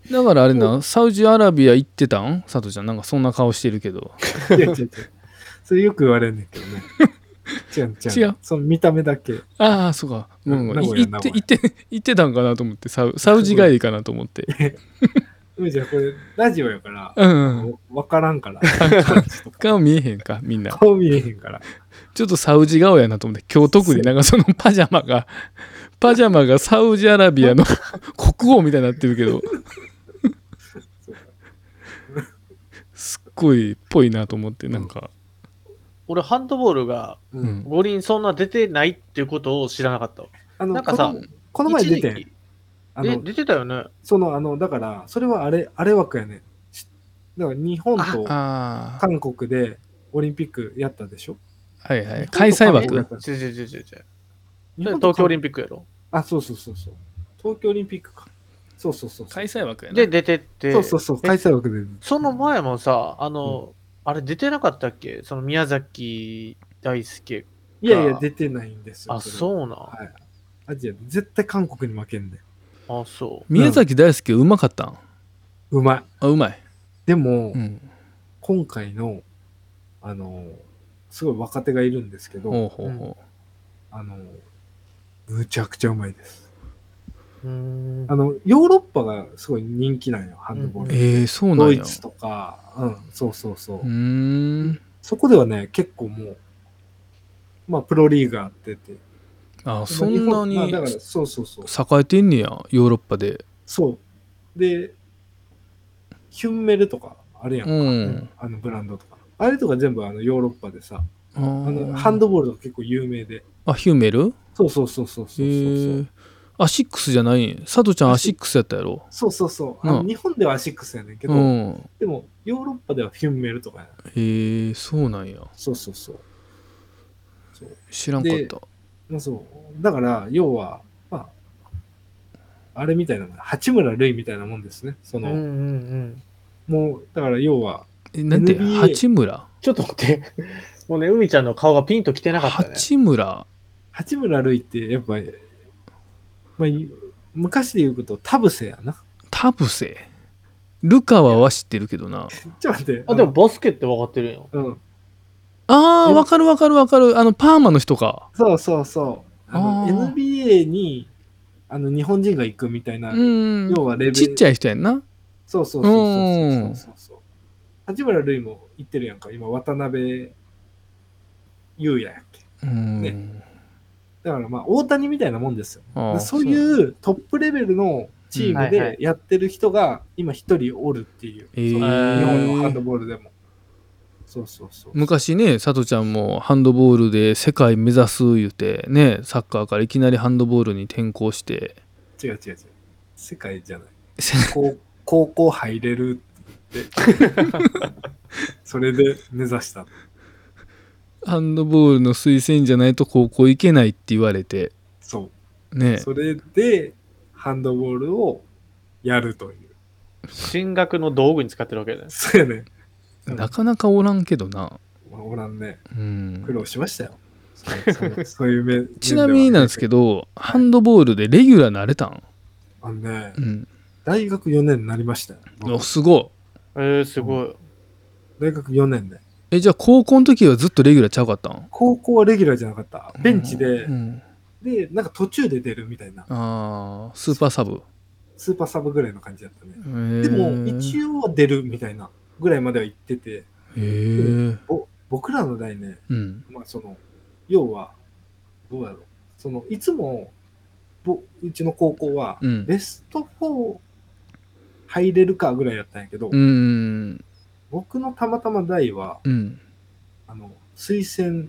[SPEAKER 1] て。
[SPEAKER 2] だからあれなサウジアラビア行ってたん佐藤ちゃんなんかそんな顔してるけど
[SPEAKER 1] いや違う違う。それよく言われんねんけどね。違う違う。
[SPEAKER 2] 違う
[SPEAKER 1] その見た目だけ。い
[SPEAKER 2] ああそうかごめんごめん
[SPEAKER 1] 名古屋
[SPEAKER 2] い行って
[SPEAKER 1] 名古屋
[SPEAKER 2] 行って行ってたんかなと思ってサウサウジ帰りかなと思って
[SPEAKER 1] やじゃあこれ、ラジオやから、
[SPEAKER 2] うんうん
[SPEAKER 1] わからんから。
[SPEAKER 2] 顔見えへんかみんな
[SPEAKER 1] 顔見えへんから。
[SPEAKER 2] ちょっとサウジ顔やなと思って今日特になんかそのパジャマ がパジャマがサウジアラビアの国王みたいになってるけどすっごいっぽいなと思ってなんか
[SPEAKER 3] 俺、ハンドボールが
[SPEAKER 1] う
[SPEAKER 2] うん
[SPEAKER 3] 五輪そんな出てないっていうことを知らなかったわ。
[SPEAKER 1] あの、
[SPEAKER 3] なんか
[SPEAKER 1] こ
[SPEAKER 3] さ
[SPEAKER 1] のこの前出て
[SPEAKER 3] 一時
[SPEAKER 1] ん。
[SPEAKER 3] 期
[SPEAKER 1] あ
[SPEAKER 3] え、
[SPEAKER 1] の、
[SPEAKER 3] 出てたよね。
[SPEAKER 1] その、あの、だから、それはあれ、あれ枠やねん。しだから日本と
[SPEAKER 2] ああ
[SPEAKER 1] 韓国でオリンピックやったでしょ
[SPEAKER 2] はいはい開催
[SPEAKER 1] 韓
[SPEAKER 2] 枠
[SPEAKER 1] 国
[SPEAKER 3] 違う違う違う違う
[SPEAKER 1] 日本と
[SPEAKER 3] 東京オリ
[SPEAKER 1] ンピッ
[SPEAKER 3] ンピックやろ。
[SPEAKER 1] ク。あ、そうそうそうそう。東京オリンピックか。そうそうそうそう。
[SPEAKER 2] 開催枠やな
[SPEAKER 3] で、出てって。
[SPEAKER 1] そうそうそう。開催枠で。
[SPEAKER 3] その前もさ、あの、あれ出てなかったっけその宮崎大輔。
[SPEAKER 1] いやいや、出てないんですよ。
[SPEAKER 3] あ、
[SPEAKER 1] う。
[SPEAKER 3] そうな。
[SPEAKER 1] はい。アジア、絶対韓国に負けんねん。
[SPEAKER 3] あ、そう。
[SPEAKER 2] 宮崎大輔うまかったん
[SPEAKER 1] うまい。
[SPEAKER 2] あうまい
[SPEAKER 1] でも、
[SPEAKER 2] うん
[SPEAKER 1] 今回の、あの、すごい若手がいるんですけど、
[SPEAKER 2] ほうほうほ
[SPEAKER 1] あの、むちゃくちゃうまいです。
[SPEAKER 3] うーん。
[SPEAKER 1] あの、ヨーロッパがすごい人気なんよ、ハンドボー
[SPEAKER 2] う
[SPEAKER 1] ル。
[SPEAKER 2] えーそうな
[SPEAKER 1] ド
[SPEAKER 2] ん
[SPEAKER 1] イ
[SPEAKER 2] や
[SPEAKER 1] ツとか、うん、そうそうそう。
[SPEAKER 2] うーん
[SPEAKER 1] そこではね、結構もう、まあ、プロリーガーってて。
[SPEAKER 2] あそんなに
[SPEAKER 1] まあだから、
[SPEAKER 2] 栄
[SPEAKER 1] そうそうそう。
[SPEAKER 2] えてんねやヨーロッパで
[SPEAKER 1] そう。で、ヒュンメルとか、あれやんか、
[SPEAKER 2] うん
[SPEAKER 1] あのブランドとか。あれとか全部あのヨーロッパでさ、
[SPEAKER 2] あ
[SPEAKER 1] あの
[SPEAKER 2] ー
[SPEAKER 1] ハンドボールとか結構有名で。
[SPEAKER 2] あヒューメル
[SPEAKER 1] そうそうそうそうそうそう。
[SPEAKER 2] へえアシックスじゃないん佐藤ちゃんアシックスやったやろ
[SPEAKER 1] そうそうそう。あの
[SPEAKER 2] うん
[SPEAKER 1] 日本ではアシックスやねんけど、
[SPEAKER 2] うん
[SPEAKER 1] でもヨーロッパではヒュンメルとかや、ね、
[SPEAKER 2] へえそうなんや
[SPEAKER 1] そうそうそう。そう
[SPEAKER 2] 知らんかった
[SPEAKER 1] まあ、そうだから、要は、まあ、あれみたいなもん、八村塁みたいなもんですね。そ
[SPEAKER 3] うんう
[SPEAKER 1] の、
[SPEAKER 3] んうん。
[SPEAKER 1] もう、だから要は、
[SPEAKER 2] えなんて
[SPEAKER 1] NBA
[SPEAKER 2] 八村
[SPEAKER 3] ちょっと待って。 もうね、海ちゃんの顔がピンときてなかったね。
[SPEAKER 2] 八村
[SPEAKER 1] 八村塁ってやっぱ、まあ、い昔で言うと、田臥やな。
[SPEAKER 2] 田臥ルカワは知ってるけどな
[SPEAKER 1] ちょっと待って。
[SPEAKER 3] あ、でも、バスケって分かってるやん。
[SPEAKER 1] うん。
[SPEAKER 2] あーわかるわかるわかるあのパーマの人か
[SPEAKER 1] そうそうそう。あの
[SPEAKER 2] あー
[SPEAKER 1] NBA にあの日本人が行くみたいな、
[SPEAKER 2] うん
[SPEAKER 1] 要はレベル。
[SPEAKER 2] ちっちゃい人やんな
[SPEAKER 1] そうそうそうそう
[SPEAKER 2] う
[SPEAKER 1] そ
[SPEAKER 2] ん
[SPEAKER 1] うそうそう。八村塁も行ってるやんか、今、渡辺優也やっけ。
[SPEAKER 2] うん、
[SPEAKER 1] だからまあ、大谷みたいなもんですよ。
[SPEAKER 2] あー
[SPEAKER 1] そういうトップレベルのチーム
[SPEAKER 3] うんはいは
[SPEAKER 1] で
[SPEAKER 3] い
[SPEAKER 1] やってる人が今一人おるっていう、
[SPEAKER 2] えー
[SPEAKER 1] その日本のハンドボールでも。そうそうそう。
[SPEAKER 2] 昔ねさとちゃんもハンドボールで世界目指す言うてねサッカーからいきなりハンドボールに転向して
[SPEAKER 1] 違う違う違う。世界じゃない。
[SPEAKER 2] せ
[SPEAKER 1] 高高校入れるっ て。それで目指した。
[SPEAKER 2] ハンドボールの推薦じゃないと高校行けないって言われて
[SPEAKER 1] そう。
[SPEAKER 2] ね
[SPEAKER 1] それでハンドボールをやるという。
[SPEAKER 3] 進学の道具に使ってるわけだよ。
[SPEAKER 1] そうやね。
[SPEAKER 2] なかなかおらんけどな、
[SPEAKER 1] おらんね。
[SPEAKER 2] うん
[SPEAKER 1] 苦、労しました よ。そうそういう面
[SPEAKER 2] ちなみになんですけ
[SPEAKER 1] ど。
[SPEAKER 2] どハンドボールでレギュラーなれたん、
[SPEAKER 1] あのね
[SPEAKER 2] う、ん、
[SPEAKER 1] 大学4年になりましたよ。
[SPEAKER 2] おすご
[SPEAKER 3] えー、すごい。
[SPEAKER 1] 大学4年で。
[SPEAKER 2] いえじゃあ高校の時はずっとレギュラーちゃうかったん
[SPEAKER 1] 高校はレギュラーじゃなかった。ベンチで
[SPEAKER 2] う、ん、
[SPEAKER 1] で、なんか途中で出るみたいな、
[SPEAKER 2] あースーパーサブ、
[SPEAKER 1] スーパーサブぐらいの感じだったね。
[SPEAKER 2] えー、
[SPEAKER 1] でも、一応は出るみたいなぐらいまでは行ってて、
[SPEAKER 2] へー
[SPEAKER 1] ぼ僕らの代ね、
[SPEAKER 2] うん
[SPEAKER 1] まあその、要は、どうやろう。その、いつも、ぼうちの高校は、
[SPEAKER 2] うん
[SPEAKER 1] ベスト4入れるかぐらいやったんやけど、
[SPEAKER 2] うん
[SPEAKER 1] 僕のたまたま代は、
[SPEAKER 2] うん
[SPEAKER 1] あの、推薦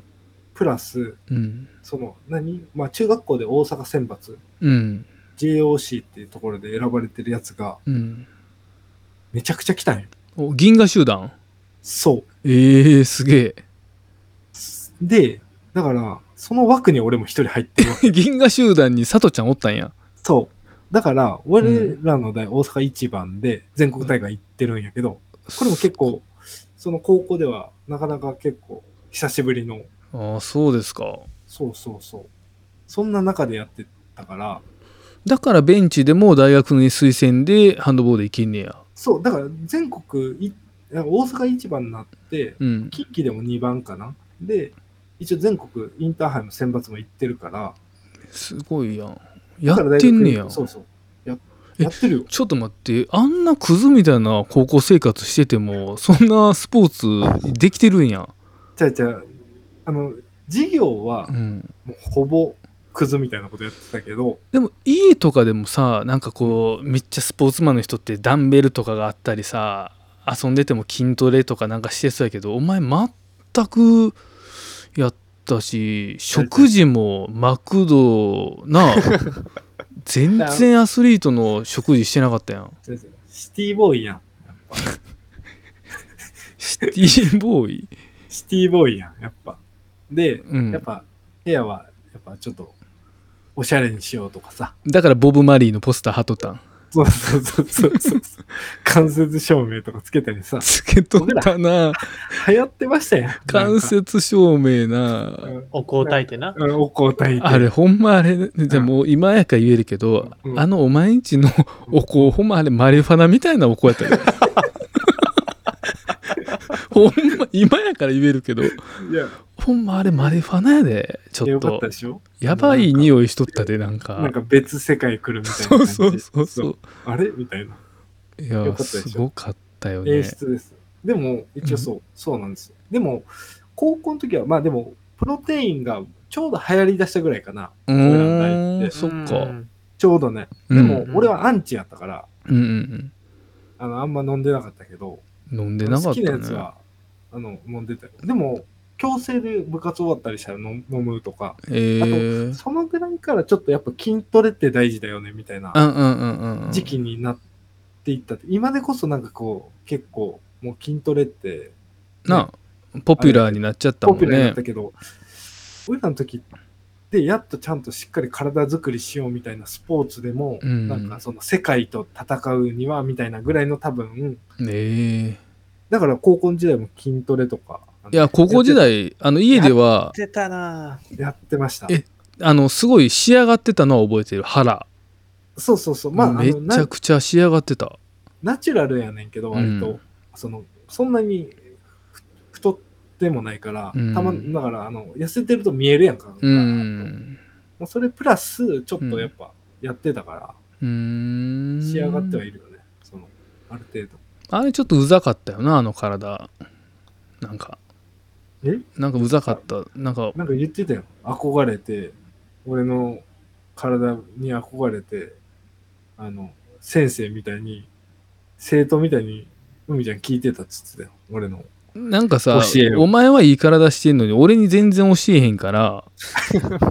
[SPEAKER 1] プラス、
[SPEAKER 2] うん
[SPEAKER 1] その、何まあ中学校で大阪選抜、
[SPEAKER 2] うん。
[SPEAKER 1] JOC っていうところで選ばれてるやつが、
[SPEAKER 2] うん。
[SPEAKER 1] めちゃくちゃ来たんよ。
[SPEAKER 2] お、銀河集団
[SPEAKER 1] そう。
[SPEAKER 2] ええすげ
[SPEAKER 1] で、だから、その枠に俺も一人入って るわ。
[SPEAKER 2] え。 銀河集団に佐藤ちゃんおったんや。
[SPEAKER 1] そう。だから、俺らの代、大阪一番で全国大会行ってるんやけど、これも結構、その高校では、なかなか結構、久しぶりの、
[SPEAKER 2] ああ、そうですか。
[SPEAKER 1] そうそうそう。そんな中でやってたから、
[SPEAKER 2] だからベンチでも大学に推薦でハンドボールいけんねや。
[SPEAKER 1] そう、だから全国い、大阪一番になって、
[SPEAKER 2] うん。
[SPEAKER 1] 近畿でも2番かな。で、一応全国インターハイも選抜も行ってるから、
[SPEAKER 2] すごいやん。
[SPEAKER 1] だ
[SPEAKER 2] や
[SPEAKER 1] から
[SPEAKER 2] っ
[SPEAKER 1] 大
[SPEAKER 2] て
[SPEAKER 1] 学
[SPEAKER 2] ん
[SPEAKER 1] に
[SPEAKER 2] ねや。
[SPEAKER 1] そうそう。や
[SPEAKER 2] え
[SPEAKER 1] やってるよ。
[SPEAKER 2] ちょっと待って、あんなクズみたいな高校生活してても、そんなスポーツできてるんや。
[SPEAKER 1] ちゃうちゃう。あの、授業は
[SPEAKER 2] う、ん。
[SPEAKER 1] もうほぼ、クズみたいなことやってたけど、
[SPEAKER 2] でも家とかでもさなんかこうめっちゃスポーツマンの人ってダンベルとかがあったりさ遊んでても筋トレとかなんかしてそうやけどお前全くやったし食事もマクドな あ全然アスリートの食事してなかったやん
[SPEAKER 1] ちゃうちゃうシティボーイやん。
[SPEAKER 2] シティボーイ、
[SPEAKER 1] シティボーイやん、やっぱ。で、
[SPEAKER 2] うん
[SPEAKER 1] やっ、ぱ、部屋は、やっぱちょっと、おしゃれにしようとかさ。
[SPEAKER 2] だからボブ・マリーのポスター貼っとったん
[SPEAKER 1] そうそうそうそう そう。間接照明とかつけたりさ、
[SPEAKER 2] つけとったな
[SPEAKER 1] 流行ってましたやん。
[SPEAKER 2] 間接照明な
[SPEAKER 1] なんか。
[SPEAKER 3] お香炊いてな。
[SPEAKER 1] うん、お香炊いて。
[SPEAKER 2] あれほんまあれじゃあもう今やから言えるけど、
[SPEAKER 1] うん
[SPEAKER 2] あのお前んちのお香ほんまあれマリファナみたいなお香やった よほんま今やから言えるけど
[SPEAKER 1] いや、
[SPEAKER 2] ほんまあれマリファナやでちょ
[SPEAKER 1] よ
[SPEAKER 2] っ
[SPEAKER 1] かっ
[SPEAKER 2] と
[SPEAKER 1] たでしょ
[SPEAKER 2] やばい匂いしとったでなんか
[SPEAKER 1] なんか別世界来るみたいな
[SPEAKER 2] そ
[SPEAKER 1] 感
[SPEAKER 2] う
[SPEAKER 1] じ。
[SPEAKER 2] そうそうそう
[SPEAKER 1] うあれみたいな。
[SPEAKER 2] いや
[SPEAKER 1] よかったでしょ
[SPEAKER 2] すごかったよ
[SPEAKER 1] 演
[SPEAKER 2] ね
[SPEAKER 1] 出です。でも、一応そう、そうなんですよ。でも、高校の時は、まあでも、プロテインがちょうど流行り出したぐらいかな。
[SPEAKER 2] う
[SPEAKER 1] 選ん
[SPEAKER 2] ー
[SPEAKER 1] だ
[SPEAKER 2] ん
[SPEAKER 1] り
[SPEAKER 2] そっ
[SPEAKER 3] う
[SPEAKER 2] か
[SPEAKER 3] ん
[SPEAKER 1] ちょうどね。
[SPEAKER 2] で
[SPEAKER 1] でも
[SPEAKER 3] う、ん
[SPEAKER 1] 俺はアンチやったから、
[SPEAKER 2] うんうん
[SPEAKER 1] あの、あんま飲んでなかったけど、
[SPEAKER 2] うん飲んでなか
[SPEAKER 1] 好
[SPEAKER 2] った
[SPEAKER 1] きな
[SPEAKER 2] ね
[SPEAKER 1] やつは、あの、飲んでたよ。でも、強制で部活終わったりしたら飲飲むとか、
[SPEAKER 2] えー、
[SPEAKER 1] そのぐらいからちょっとやっぱ筋トレって大事だよね、みたいな
[SPEAKER 2] うんうんうんうん
[SPEAKER 1] 時期になっていったって。今でこそなんかこう、結構、もう筋トレって、
[SPEAKER 2] なあポピュラーになっちゃったも
[SPEAKER 1] ポピ
[SPEAKER 2] ん
[SPEAKER 1] ュラーだ
[SPEAKER 2] ね
[SPEAKER 1] ったけど、俺らの時でやっとちゃんとしっかり体作りしようみたいなスポーツでも、
[SPEAKER 2] うん
[SPEAKER 1] なんかその世界と戦うにはみたいなぐらいの多分、
[SPEAKER 2] ねえ
[SPEAKER 1] だから高校時代も筋トレとか、あの
[SPEAKER 2] いや、高校時代、あの、家では、
[SPEAKER 3] 出たなぁ
[SPEAKER 1] やってました。
[SPEAKER 2] えあの、すごい仕上がってたのは覚えてる。腹。
[SPEAKER 1] そうそうそう。まあ、あの
[SPEAKER 2] めちゃ
[SPEAKER 1] な
[SPEAKER 2] くちゃ仕上がってた
[SPEAKER 1] ナチュラルやねんけど、割と、
[SPEAKER 2] うん
[SPEAKER 1] その、そんなにふ太ってもないから、
[SPEAKER 2] うん
[SPEAKER 1] たま、だから、あの、痩せてると見えるやんか。
[SPEAKER 2] う
[SPEAKER 1] ガーッと
[SPEAKER 2] ん
[SPEAKER 1] もうそれプラス、ちょっとやっぱ、やってたか
[SPEAKER 2] う
[SPEAKER 1] ら、
[SPEAKER 2] ん
[SPEAKER 1] 仕上がってはいるよね。その、ある程度。
[SPEAKER 2] あれちょっとうざかったよなあの体なんか
[SPEAKER 1] え
[SPEAKER 2] なんかうざかったなんか
[SPEAKER 1] なんか言ってたよ。憧れて、俺の体に憧れて、あの、先生みたいに、生徒みたいに、海ちゃん聞いてたっつってたよ。俺の。
[SPEAKER 2] なんかさ
[SPEAKER 1] 教えよ
[SPEAKER 2] お前はいい体してんのに俺に全然教えへんから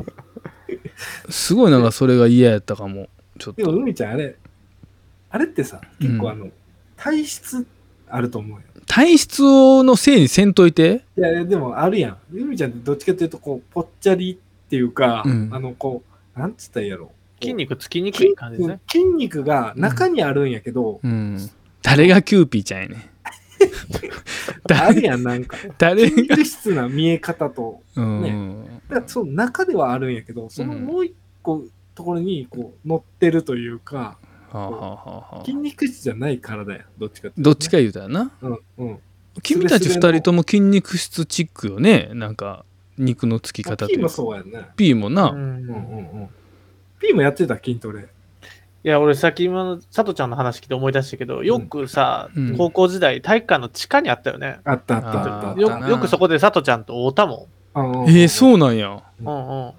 [SPEAKER 2] すごいなんかそれが嫌やったかもちょっ
[SPEAKER 1] でも、
[SPEAKER 2] と
[SPEAKER 1] 海ちゃん、あれ、あれってさ、
[SPEAKER 2] うん
[SPEAKER 1] 結構あの、体質あると思うよ。
[SPEAKER 2] 体質をのせいにせんといて
[SPEAKER 1] いやいや、でもあるやん。海ちゃんってどっちかっていうと、こう、ぽっちゃりっていうか、
[SPEAKER 2] うん
[SPEAKER 1] あの、こう、なんつったらいいやろ。
[SPEAKER 3] 筋肉つきにく
[SPEAKER 1] 筋
[SPEAKER 3] い感じですね。
[SPEAKER 1] 筋肉が中にあるんやけど、
[SPEAKER 2] うん誰がキューピーちゃんやねん
[SPEAKER 1] ある
[SPEAKER 2] 誰
[SPEAKER 1] やん、なんか。
[SPEAKER 2] 誰
[SPEAKER 1] 筋
[SPEAKER 2] が
[SPEAKER 1] 肉質な見え方と、
[SPEAKER 2] うん
[SPEAKER 1] だからその中ではあるんやけど、その
[SPEAKER 2] うん
[SPEAKER 1] もう一個ところにこう乗ってるというか、
[SPEAKER 2] はあはあはあはあ
[SPEAKER 1] 筋肉質じゃない体や、どっちかっていうとね
[SPEAKER 2] どっちか言うたらな
[SPEAKER 1] うんうん。
[SPEAKER 2] 君たち二人とも筋肉質チックよねなんか肉のつき
[SPEAKER 1] まあ
[SPEAKER 2] 方と
[SPEAKER 1] ピー
[SPEAKER 2] い
[SPEAKER 1] も
[SPEAKER 2] う
[SPEAKER 1] そうやんね。
[SPEAKER 2] ピーもな、
[SPEAKER 3] うん
[SPEAKER 1] うんうんうん。ピーもやってた筋トレ。
[SPEAKER 3] いや、俺さっき今の佐藤ちゃんの話聞いて思い出したけど、よくさ、
[SPEAKER 2] うん
[SPEAKER 3] 高校時代、体育館の地下にあったよね。
[SPEAKER 1] あったあったあったあ
[SPEAKER 2] あ
[SPEAKER 1] っ
[SPEAKER 2] ー
[SPEAKER 1] た。
[SPEAKER 3] よ
[SPEAKER 2] あったな
[SPEAKER 3] よくそこで佐藤ちゃんと会うたも
[SPEAKER 1] うん
[SPEAKER 2] えー、
[SPEAKER 1] うん
[SPEAKER 2] そうなんや
[SPEAKER 3] ん。うんうん。だか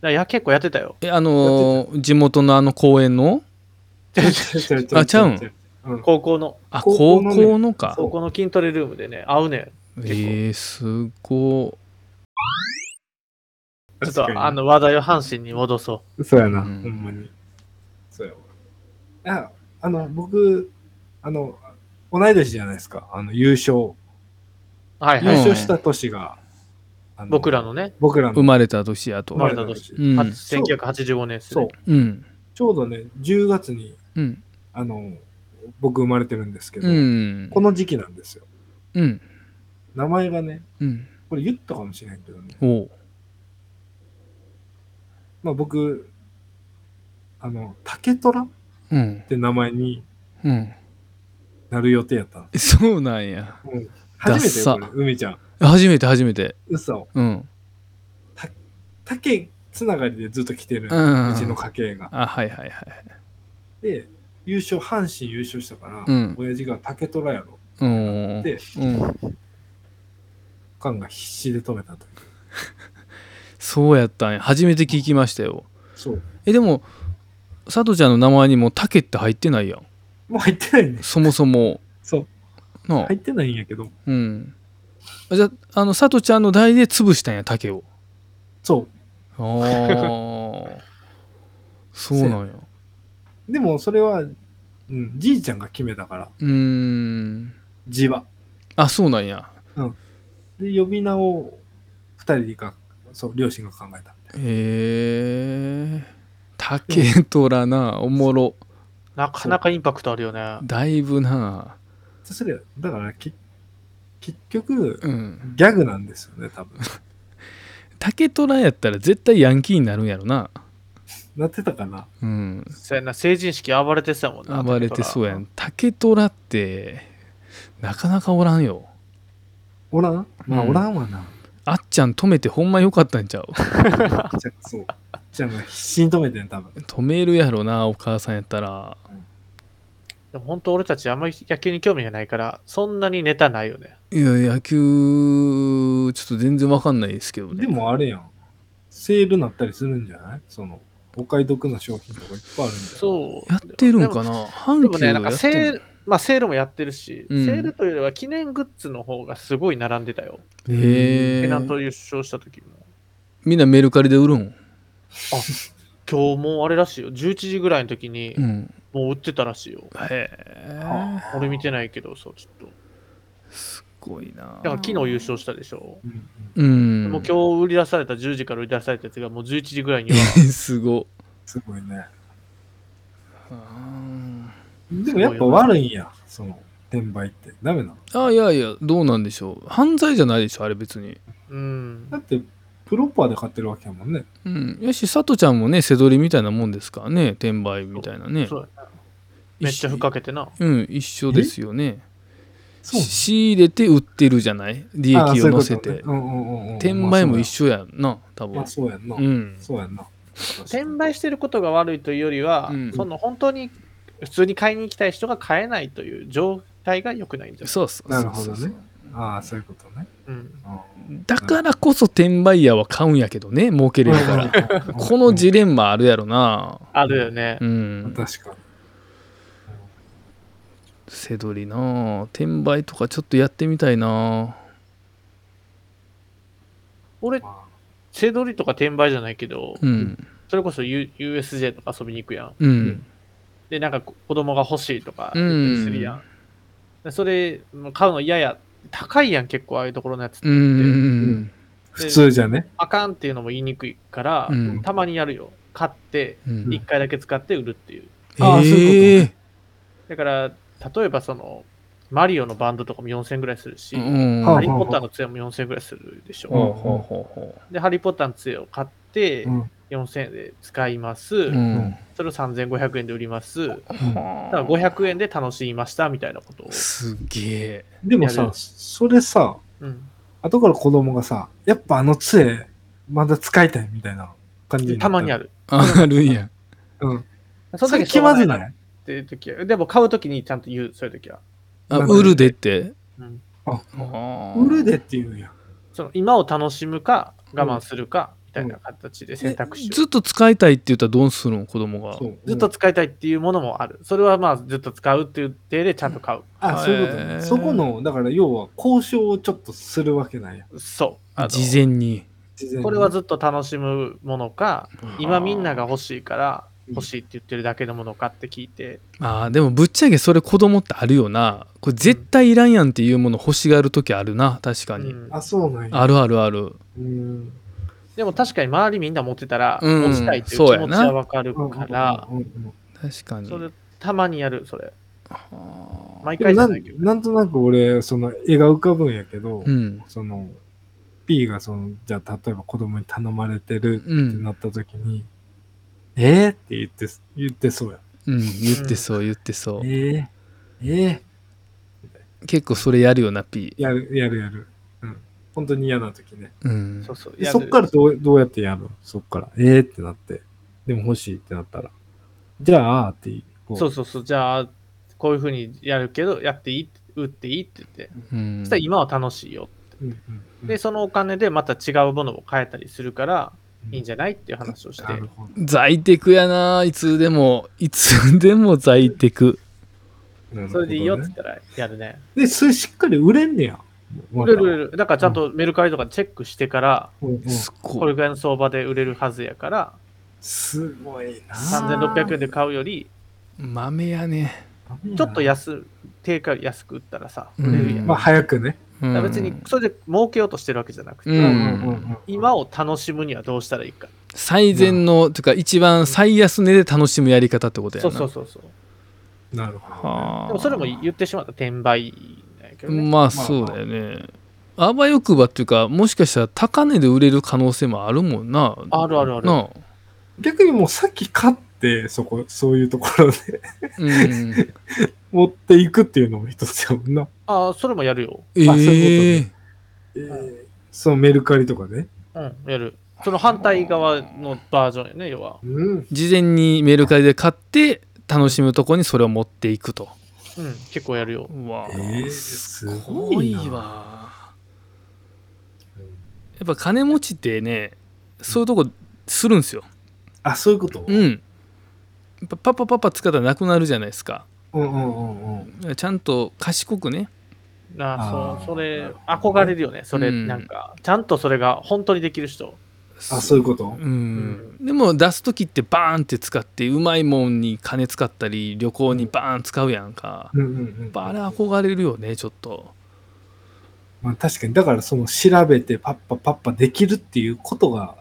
[SPEAKER 3] らいや、結構やってたよ。
[SPEAKER 2] えあのー地元のあの公園の
[SPEAKER 1] ちゃうちゃう
[SPEAKER 2] あちゃうん
[SPEAKER 1] うん。
[SPEAKER 3] 高校の、
[SPEAKER 2] あ
[SPEAKER 1] 高
[SPEAKER 2] 高
[SPEAKER 1] 校のね
[SPEAKER 2] 校のか
[SPEAKER 3] 高校の筋トレルームでね、会うね
[SPEAKER 2] え
[SPEAKER 3] う
[SPEAKER 2] ー、すご
[SPEAKER 3] ん。ちょっとあ
[SPEAKER 1] あの、
[SPEAKER 3] の話題を阪神に戻そ
[SPEAKER 1] そうやな、
[SPEAKER 2] うん
[SPEAKER 1] ほんまに。そうやわ。あ、あの、僕、あの、同い年じゃないですか。あの、優勝。
[SPEAKER 3] う。はい
[SPEAKER 1] 優
[SPEAKER 3] はい。
[SPEAKER 1] 勝した年が、あの
[SPEAKER 3] 僕らのね、
[SPEAKER 1] 僕ら
[SPEAKER 2] い
[SPEAKER 1] の
[SPEAKER 2] 生まれた年やと
[SPEAKER 3] 生まれた年
[SPEAKER 2] うん
[SPEAKER 3] は1985年です
[SPEAKER 1] そ
[SPEAKER 3] ね
[SPEAKER 1] う。。
[SPEAKER 2] うん
[SPEAKER 1] ちょうどね、10月に、
[SPEAKER 2] うん
[SPEAKER 1] あの、僕生まれてるんですけど、
[SPEAKER 2] うん
[SPEAKER 1] この時期なんですよ。
[SPEAKER 2] うん
[SPEAKER 1] 名前がね、
[SPEAKER 2] うん
[SPEAKER 1] これ言ったかもしれないけどね、
[SPEAKER 2] おう
[SPEAKER 1] まあ僕、あの、竹虎っ
[SPEAKER 2] うん
[SPEAKER 1] て名前に
[SPEAKER 2] うん
[SPEAKER 1] なる予定やったの。
[SPEAKER 2] そうなんや
[SPEAKER 1] うん
[SPEAKER 2] ダッ
[SPEAKER 1] 初めて
[SPEAKER 2] サ
[SPEAKER 1] よ、これ、海ちゃん。
[SPEAKER 2] 初めて初めて
[SPEAKER 1] 嘘。
[SPEAKER 2] うん
[SPEAKER 1] 竹つながりでずっと来てる、
[SPEAKER 2] う
[SPEAKER 1] うんちの家系が。
[SPEAKER 2] あはいはいはい
[SPEAKER 1] で、優勝、阪神優勝したから、
[SPEAKER 2] うん
[SPEAKER 1] 親父が竹虎やろ。
[SPEAKER 2] うん
[SPEAKER 1] で、
[SPEAKER 2] うん
[SPEAKER 1] カンが必死で止めたという。
[SPEAKER 2] そうやったんや初めて聞きましたよ
[SPEAKER 1] そう。
[SPEAKER 2] えでも佐藤ちゃんの名前にも「竹」って入ってないやん
[SPEAKER 1] もう入ってないね。
[SPEAKER 2] そもそも
[SPEAKER 1] そう。
[SPEAKER 2] なあ、
[SPEAKER 1] 入ってないんやけど、
[SPEAKER 2] うんあじゃああの佐藤ちゃんの代で潰したんや竹を
[SPEAKER 1] そう。
[SPEAKER 2] ああ そうなんや
[SPEAKER 1] でもそれは、うん、じいちゃんが決めたから、
[SPEAKER 2] うーん
[SPEAKER 1] じわ。
[SPEAKER 2] あそうなんや
[SPEAKER 1] で、呼び名を二人が、そう、両親が考えた。
[SPEAKER 2] へえ竹虎なおもろ
[SPEAKER 3] なかなかインパクトあるよね。
[SPEAKER 2] だいぶな
[SPEAKER 1] それ、だからき、結局、
[SPEAKER 2] うん
[SPEAKER 1] ギャグなんですよね、多分。
[SPEAKER 2] 竹虎やったら絶対ヤンキーになるんやろな
[SPEAKER 1] なってたかな。
[SPEAKER 2] うん
[SPEAKER 3] そうやな、成人式暴れてたもんな。
[SPEAKER 2] 暴れてそうやん竹虎ってなかなかおらんよ
[SPEAKER 1] おらんまあ、
[SPEAKER 2] うん
[SPEAKER 1] おらんわな。
[SPEAKER 2] あっちゃん止めてほんまよかったんちゃう
[SPEAKER 1] じゃそう。じゃんが必死に止めてん、多分。
[SPEAKER 2] 止めるやろなお母さんやったら
[SPEAKER 3] でも本当俺たちあんまり野球に興味がないから、そんなにネタないよね。
[SPEAKER 2] いや野球ちょっと全然わかんないですけど
[SPEAKER 1] で
[SPEAKER 2] ね
[SPEAKER 1] もあれやん。セールなったりするんじゃないその、お買い得な商品とかいっぱいあるんじゃない
[SPEAKER 3] そう。
[SPEAKER 2] やってるん
[SPEAKER 3] で
[SPEAKER 2] か
[SPEAKER 3] も
[SPEAKER 2] な阪
[SPEAKER 3] で
[SPEAKER 2] 急
[SPEAKER 3] もね、なんか
[SPEAKER 2] やっ
[SPEAKER 3] セ
[SPEAKER 2] てる
[SPEAKER 3] ール、まあセールもやってるし、
[SPEAKER 2] うん
[SPEAKER 3] セールというよりは記念グッズの方がすごい並んでたよ。
[SPEAKER 1] う
[SPEAKER 2] へ
[SPEAKER 3] ペナン
[SPEAKER 2] ー
[SPEAKER 3] ト優勝した時も。
[SPEAKER 2] みんなメルカリで売るん
[SPEAKER 3] 今日もうあれらしいよ。11時ぐらいの時に
[SPEAKER 2] うん
[SPEAKER 3] もう売ってたらしいよ。
[SPEAKER 2] へえ
[SPEAKER 3] 俺見てないけど、そう、ちょっと。
[SPEAKER 2] すごいな
[SPEAKER 3] だから昨日優勝したでしょ。
[SPEAKER 1] うんうん
[SPEAKER 2] うん
[SPEAKER 3] もう今日売り出された、10時から売り出されたやつがもう11時ぐらいには。
[SPEAKER 2] すご
[SPEAKER 1] すごいね。
[SPEAKER 2] あ
[SPEAKER 1] でもやっぱ悪いんや、その、転売って。ダメなの
[SPEAKER 2] ーあいやいやどうなんでしょう犯罪じゃないでしょあれ別に
[SPEAKER 3] うん
[SPEAKER 1] だ。って、プロパーで買ってるわけやもんね。
[SPEAKER 2] うん、やし佐都ちゃんもね背取りみたいなもんですからね転売みたいなね
[SPEAKER 3] そうやなめっちゃふっかけてな。
[SPEAKER 2] うん一緒ですよね
[SPEAKER 1] そう
[SPEAKER 2] 仕入れて売ってるじゃない利
[SPEAKER 1] ああ
[SPEAKER 2] 益
[SPEAKER 1] そ
[SPEAKER 2] を
[SPEAKER 1] ういうこ
[SPEAKER 2] 乗
[SPEAKER 1] と
[SPEAKER 2] せ
[SPEAKER 1] ね
[SPEAKER 2] て、
[SPEAKER 1] うんうんうんうん
[SPEAKER 2] 転売も一緒やんな多分、
[SPEAKER 1] まあそうやんな。
[SPEAKER 2] うん
[SPEAKER 1] そうやんな。
[SPEAKER 3] 転売してることが悪いというよりは、
[SPEAKER 2] うん
[SPEAKER 3] その本当に普通に買いに行きたい人が買えないという状態が良くないんじゃない、
[SPEAKER 2] そうそうそう
[SPEAKER 1] なるほど
[SPEAKER 2] そう
[SPEAKER 1] ね。ああ、そういうことね。
[SPEAKER 3] うん、
[SPEAKER 1] うん
[SPEAKER 2] だからこそ転売屋は買うんやけどね儲けるんやから
[SPEAKER 1] うん
[SPEAKER 2] このジレンマあるやろな
[SPEAKER 3] あるよね
[SPEAKER 2] う。
[SPEAKER 1] うん
[SPEAKER 2] ん
[SPEAKER 1] 確かに。
[SPEAKER 2] 背取りな転売とかちょっとやってみたいな
[SPEAKER 3] 俺、
[SPEAKER 1] ま
[SPEAKER 3] 背取りとか転売じゃないけど、
[SPEAKER 2] うん
[SPEAKER 3] それこそ、U、USJ とか遊びに行くやん。
[SPEAKER 2] うん
[SPEAKER 3] で、なんかこ子供が欲しいとか言ったりするやん。でそれ、もう買うの嫌や。高いやん、結構ああいうところのやつ。
[SPEAKER 2] うんうん
[SPEAKER 1] あ普通じゃね。
[SPEAKER 3] あかんっていうのも言いにくいから、
[SPEAKER 2] うん
[SPEAKER 3] たまにやるよ。買って、
[SPEAKER 2] うん
[SPEAKER 3] 1回だけ使って売るっていう。
[SPEAKER 1] ああそう
[SPEAKER 2] え
[SPEAKER 1] い
[SPEAKER 2] え
[SPEAKER 3] だから、例えばその、マリオのバンドとかも4000ぐらいするし、
[SPEAKER 2] う
[SPEAKER 1] は
[SPEAKER 2] ん
[SPEAKER 1] あ
[SPEAKER 3] ハ
[SPEAKER 1] は
[SPEAKER 3] リ
[SPEAKER 1] あ
[SPEAKER 3] ー・ポッターの杖も4000ぐらいするでし
[SPEAKER 1] う
[SPEAKER 3] ょ。
[SPEAKER 1] ん
[SPEAKER 2] ほうほうほ
[SPEAKER 3] で、ハリー・ポッターの杖を買って
[SPEAKER 1] う、ん
[SPEAKER 3] 4000円で使います。
[SPEAKER 2] ううん
[SPEAKER 3] それを3500円で売ります。だか
[SPEAKER 2] は
[SPEAKER 3] ら
[SPEAKER 2] あ
[SPEAKER 3] 500円で楽しみましたみたいなことを。
[SPEAKER 2] すげえ
[SPEAKER 1] でも
[SPEAKER 3] や
[SPEAKER 1] さ
[SPEAKER 3] る、
[SPEAKER 1] それさ、
[SPEAKER 3] うん
[SPEAKER 1] 後から子供がさ、やっぱあの杖、まだ使いたいみたいな感じになった
[SPEAKER 3] まにあ
[SPEAKER 1] る。
[SPEAKER 3] る。
[SPEAKER 2] あるんや
[SPEAKER 1] うん。
[SPEAKER 3] その
[SPEAKER 1] それ
[SPEAKER 3] 時
[SPEAKER 1] 気まずな
[SPEAKER 3] しょうがない
[SPEAKER 1] い
[SPEAKER 3] っていう時は。でも買う時にちゃんと言う、そういう時は。
[SPEAKER 2] あ売るでって
[SPEAKER 3] うん
[SPEAKER 1] あ
[SPEAKER 2] あー
[SPEAKER 1] 売るでって言うんや。
[SPEAKER 3] その今を楽しむか、我慢するか、みたいな形で選択肢
[SPEAKER 2] え
[SPEAKER 3] を
[SPEAKER 2] ずっと使いたいって言ったらどうするの子供が
[SPEAKER 1] そう
[SPEAKER 3] ずっと使いたいっていうものもある。それはまあずっと使うっていう手でちゃんと買う。
[SPEAKER 1] あ、そういうこと
[SPEAKER 2] へー
[SPEAKER 1] ね。そこの、だから要は交渉をちょっとするわけなんや。
[SPEAKER 3] そう。あの
[SPEAKER 2] 事前に
[SPEAKER 1] 事前に
[SPEAKER 3] これはずっと楽しむものか、今みんなが欲しいから
[SPEAKER 1] うん
[SPEAKER 3] 欲しいって言ってるだけのものかって聞いて、
[SPEAKER 2] あーでもぶっちゃけそれ子供ってあるよなこれ絶対いらんやんっていうもの欲しがる時あるな確かに、
[SPEAKER 3] うん
[SPEAKER 1] あ、そうなんや。
[SPEAKER 2] あるあるある
[SPEAKER 1] うん。
[SPEAKER 3] でも確かに周りみんな持ってたら、
[SPEAKER 2] うん
[SPEAKER 3] 持ちたいっていう気
[SPEAKER 2] そうや
[SPEAKER 3] 持ち
[SPEAKER 2] な
[SPEAKER 3] はわかるから、
[SPEAKER 1] うんうんうん
[SPEAKER 2] 確かに
[SPEAKER 3] それたまにやる、それ。
[SPEAKER 2] あー
[SPEAKER 3] 毎
[SPEAKER 1] でも
[SPEAKER 3] 回じ
[SPEAKER 1] な
[SPEAKER 3] ゃないけど
[SPEAKER 1] ん。なんとなく俺、その絵が浮かぶんやけど、
[SPEAKER 2] うん
[SPEAKER 1] その P がそのじゃあ例えば子供に頼まれてる
[SPEAKER 2] う
[SPEAKER 1] って
[SPEAKER 2] ん、
[SPEAKER 1] なった時に「えー?」って言って言ってそうや
[SPEAKER 2] うん、言ってそう言ってそ
[SPEAKER 1] 「えー、えー
[SPEAKER 2] う結構それやるよな P、
[SPEAKER 1] やるやるやる」うん本当に嫌な時ね
[SPEAKER 2] うん
[SPEAKER 3] そう、そう
[SPEAKER 1] で
[SPEAKER 3] やる
[SPEAKER 1] そっからどうどうやってやるのそっから「えー?」ってなってでも欲しいってなったら「じゃあ」ってこ
[SPEAKER 3] そうそうそう。じゃあ、こういうふうにやるけど、やっていい打っていいって言って。
[SPEAKER 2] うん
[SPEAKER 3] そしたら今は楽しいよ。
[SPEAKER 1] うんうんうん
[SPEAKER 3] で、そのお金でまた違うものを変えたりするから、いいんじゃないっていう話をして。
[SPEAKER 1] なるほど
[SPEAKER 2] 在宅やないつでもいつでも在宅
[SPEAKER 1] なるほどね
[SPEAKER 3] それでいいよって言ったらやるね。
[SPEAKER 1] でそれしっかり売れんねや
[SPEAKER 3] 売れる売れる。だからちゃんとメルカリとかチェックしてから、
[SPEAKER 1] うんうん
[SPEAKER 2] す
[SPEAKER 3] こ
[SPEAKER 2] ご
[SPEAKER 3] れ
[SPEAKER 2] い
[SPEAKER 3] ぐらいの相場で売れるはずやから、
[SPEAKER 1] すごいな
[SPEAKER 3] 3600円で買うより、
[SPEAKER 2] 豆やね、
[SPEAKER 3] ちょっと
[SPEAKER 1] や
[SPEAKER 3] 安、定価安く売ったらさ、
[SPEAKER 2] う
[SPEAKER 3] 売
[SPEAKER 2] ん
[SPEAKER 3] れるやん。
[SPEAKER 1] まあ早くね
[SPEAKER 2] うん
[SPEAKER 3] だから別にそれで儲けようとしてるわけじゃなくて、
[SPEAKER 2] うん
[SPEAKER 3] 今を楽しむにはどうしたらいいか。
[SPEAKER 2] 最善のというか一番最安値で楽しむやり方ってことや
[SPEAKER 3] そ
[SPEAKER 2] な
[SPEAKER 3] うそうそうそう。
[SPEAKER 1] なるほどね、
[SPEAKER 2] はあ
[SPEAKER 3] でもそれも言ってしまったら転売なんやけどね。
[SPEAKER 2] まあそうだよね、あばよくばっていうかもしかしたら高値で売れる可能性もあるもんな
[SPEAKER 3] あるあるある
[SPEAKER 2] な
[SPEAKER 1] 逆にもうさっき買って、そこ、そういうところで
[SPEAKER 2] うん、 え
[SPEAKER 1] 持っていくっていうのも一つやもんな。
[SPEAKER 3] ああ、それもやるよ。
[SPEAKER 2] え
[SPEAKER 1] あそういう
[SPEAKER 2] ー、
[SPEAKER 1] えーそのメルカリとかね。
[SPEAKER 3] うん、やる。その反対側のバージョンやね、要は。
[SPEAKER 1] うん。
[SPEAKER 2] 事前にメルカリで買って楽しむとこにそれを持っていくと
[SPEAKER 3] うん、結構やるよ。
[SPEAKER 2] うわ
[SPEAKER 1] え
[SPEAKER 2] あ
[SPEAKER 1] ーすごいな
[SPEAKER 2] わやっぱ金持ちってねそういうとこするんですよ
[SPEAKER 1] あ、そういうこと
[SPEAKER 2] うんやっぱパパパパ使ったらなくなるじゃないですか
[SPEAKER 1] うんうんうんうん。
[SPEAKER 2] ちゃんと賢くね
[SPEAKER 3] なあ
[SPEAKER 1] あー
[SPEAKER 3] そうそれ
[SPEAKER 1] なるほどね
[SPEAKER 3] 憧れるよねそれ、
[SPEAKER 2] うん
[SPEAKER 3] なんかちゃんとそれが本当にできる人
[SPEAKER 1] あ、そういうこと
[SPEAKER 2] うんでも出す時ってバーンって使ってうまいもんに金使ったり旅行にバーン使うやんか
[SPEAKER 1] うんうんうん。
[SPEAKER 2] やっぱあれ憧れるよねちょっと
[SPEAKER 1] まあ確かに、だからその調べてパッパパッパできるっていうことが、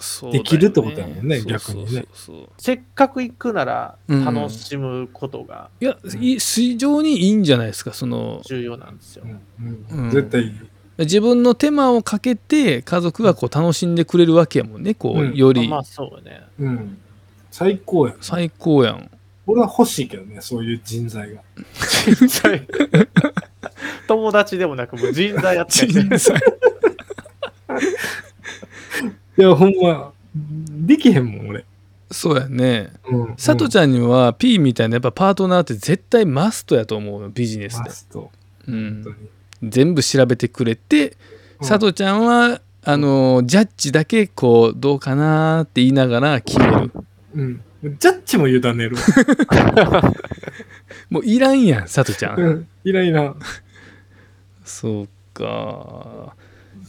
[SPEAKER 2] そう
[SPEAKER 1] できるってことやもんね
[SPEAKER 2] そう
[SPEAKER 1] 逆
[SPEAKER 2] そうそう
[SPEAKER 1] にね
[SPEAKER 2] そう
[SPEAKER 3] せっかく行くなら
[SPEAKER 2] うん
[SPEAKER 3] 楽しむことが
[SPEAKER 2] いやい非常にいいんじゃないですかその
[SPEAKER 3] 重要なんですよ、
[SPEAKER 1] うん
[SPEAKER 2] うん
[SPEAKER 1] 絶対いい。
[SPEAKER 2] 自分の手間をかけて家族がこう楽しんでくれるわけやもんねこ
[SPEAKER 1] う
[SPEAKER 2] うんよ
[SPEAKER 3] あ
[SPEAKER 2] り
[SPEAKER 3] まあそうね。
[SPEAKER 1] うん。最高や。
[SPEAKER 2] 最高やん
[SPEAKER 1] 俺は欲しいけどね、そういう人材が。
[SPEAKER 3] 人材友達でもなく、もう人材やって
[SPEAKER 2] 人
[SPEAKER 3] る。
[SPEAKER 2] 材
[SPEAKER 1] いや、ほんま、できへんもん、俺。
[SPEAKER 2] そうやね
[SPEAKER 1] うん。
[SPEAKER 2] さとちゃんには P みたいなやっぱパートナーって絶対マストやと思うのビジネス
[SPEAKER 1] マ
[SPEAKER 2] で、
[SPEAKER 1] スト。
[SPEAKER 2] う
[SPEAKER 1] 本当
[SPEAKER 2] ん、
[SPEAKER 1] に。
[SPEAKER 2] 全部調べてくれてさとちゃんはあのジャッジだけこうどうかなって言いながら決める
[SPEAKER 1] うん。ジャッジも委ね るわ。
[SPEAKER 2] もういらんやんさとちゃん
[SPEAKER 1] うん。イライラ。
[SPEAKER 2] そうか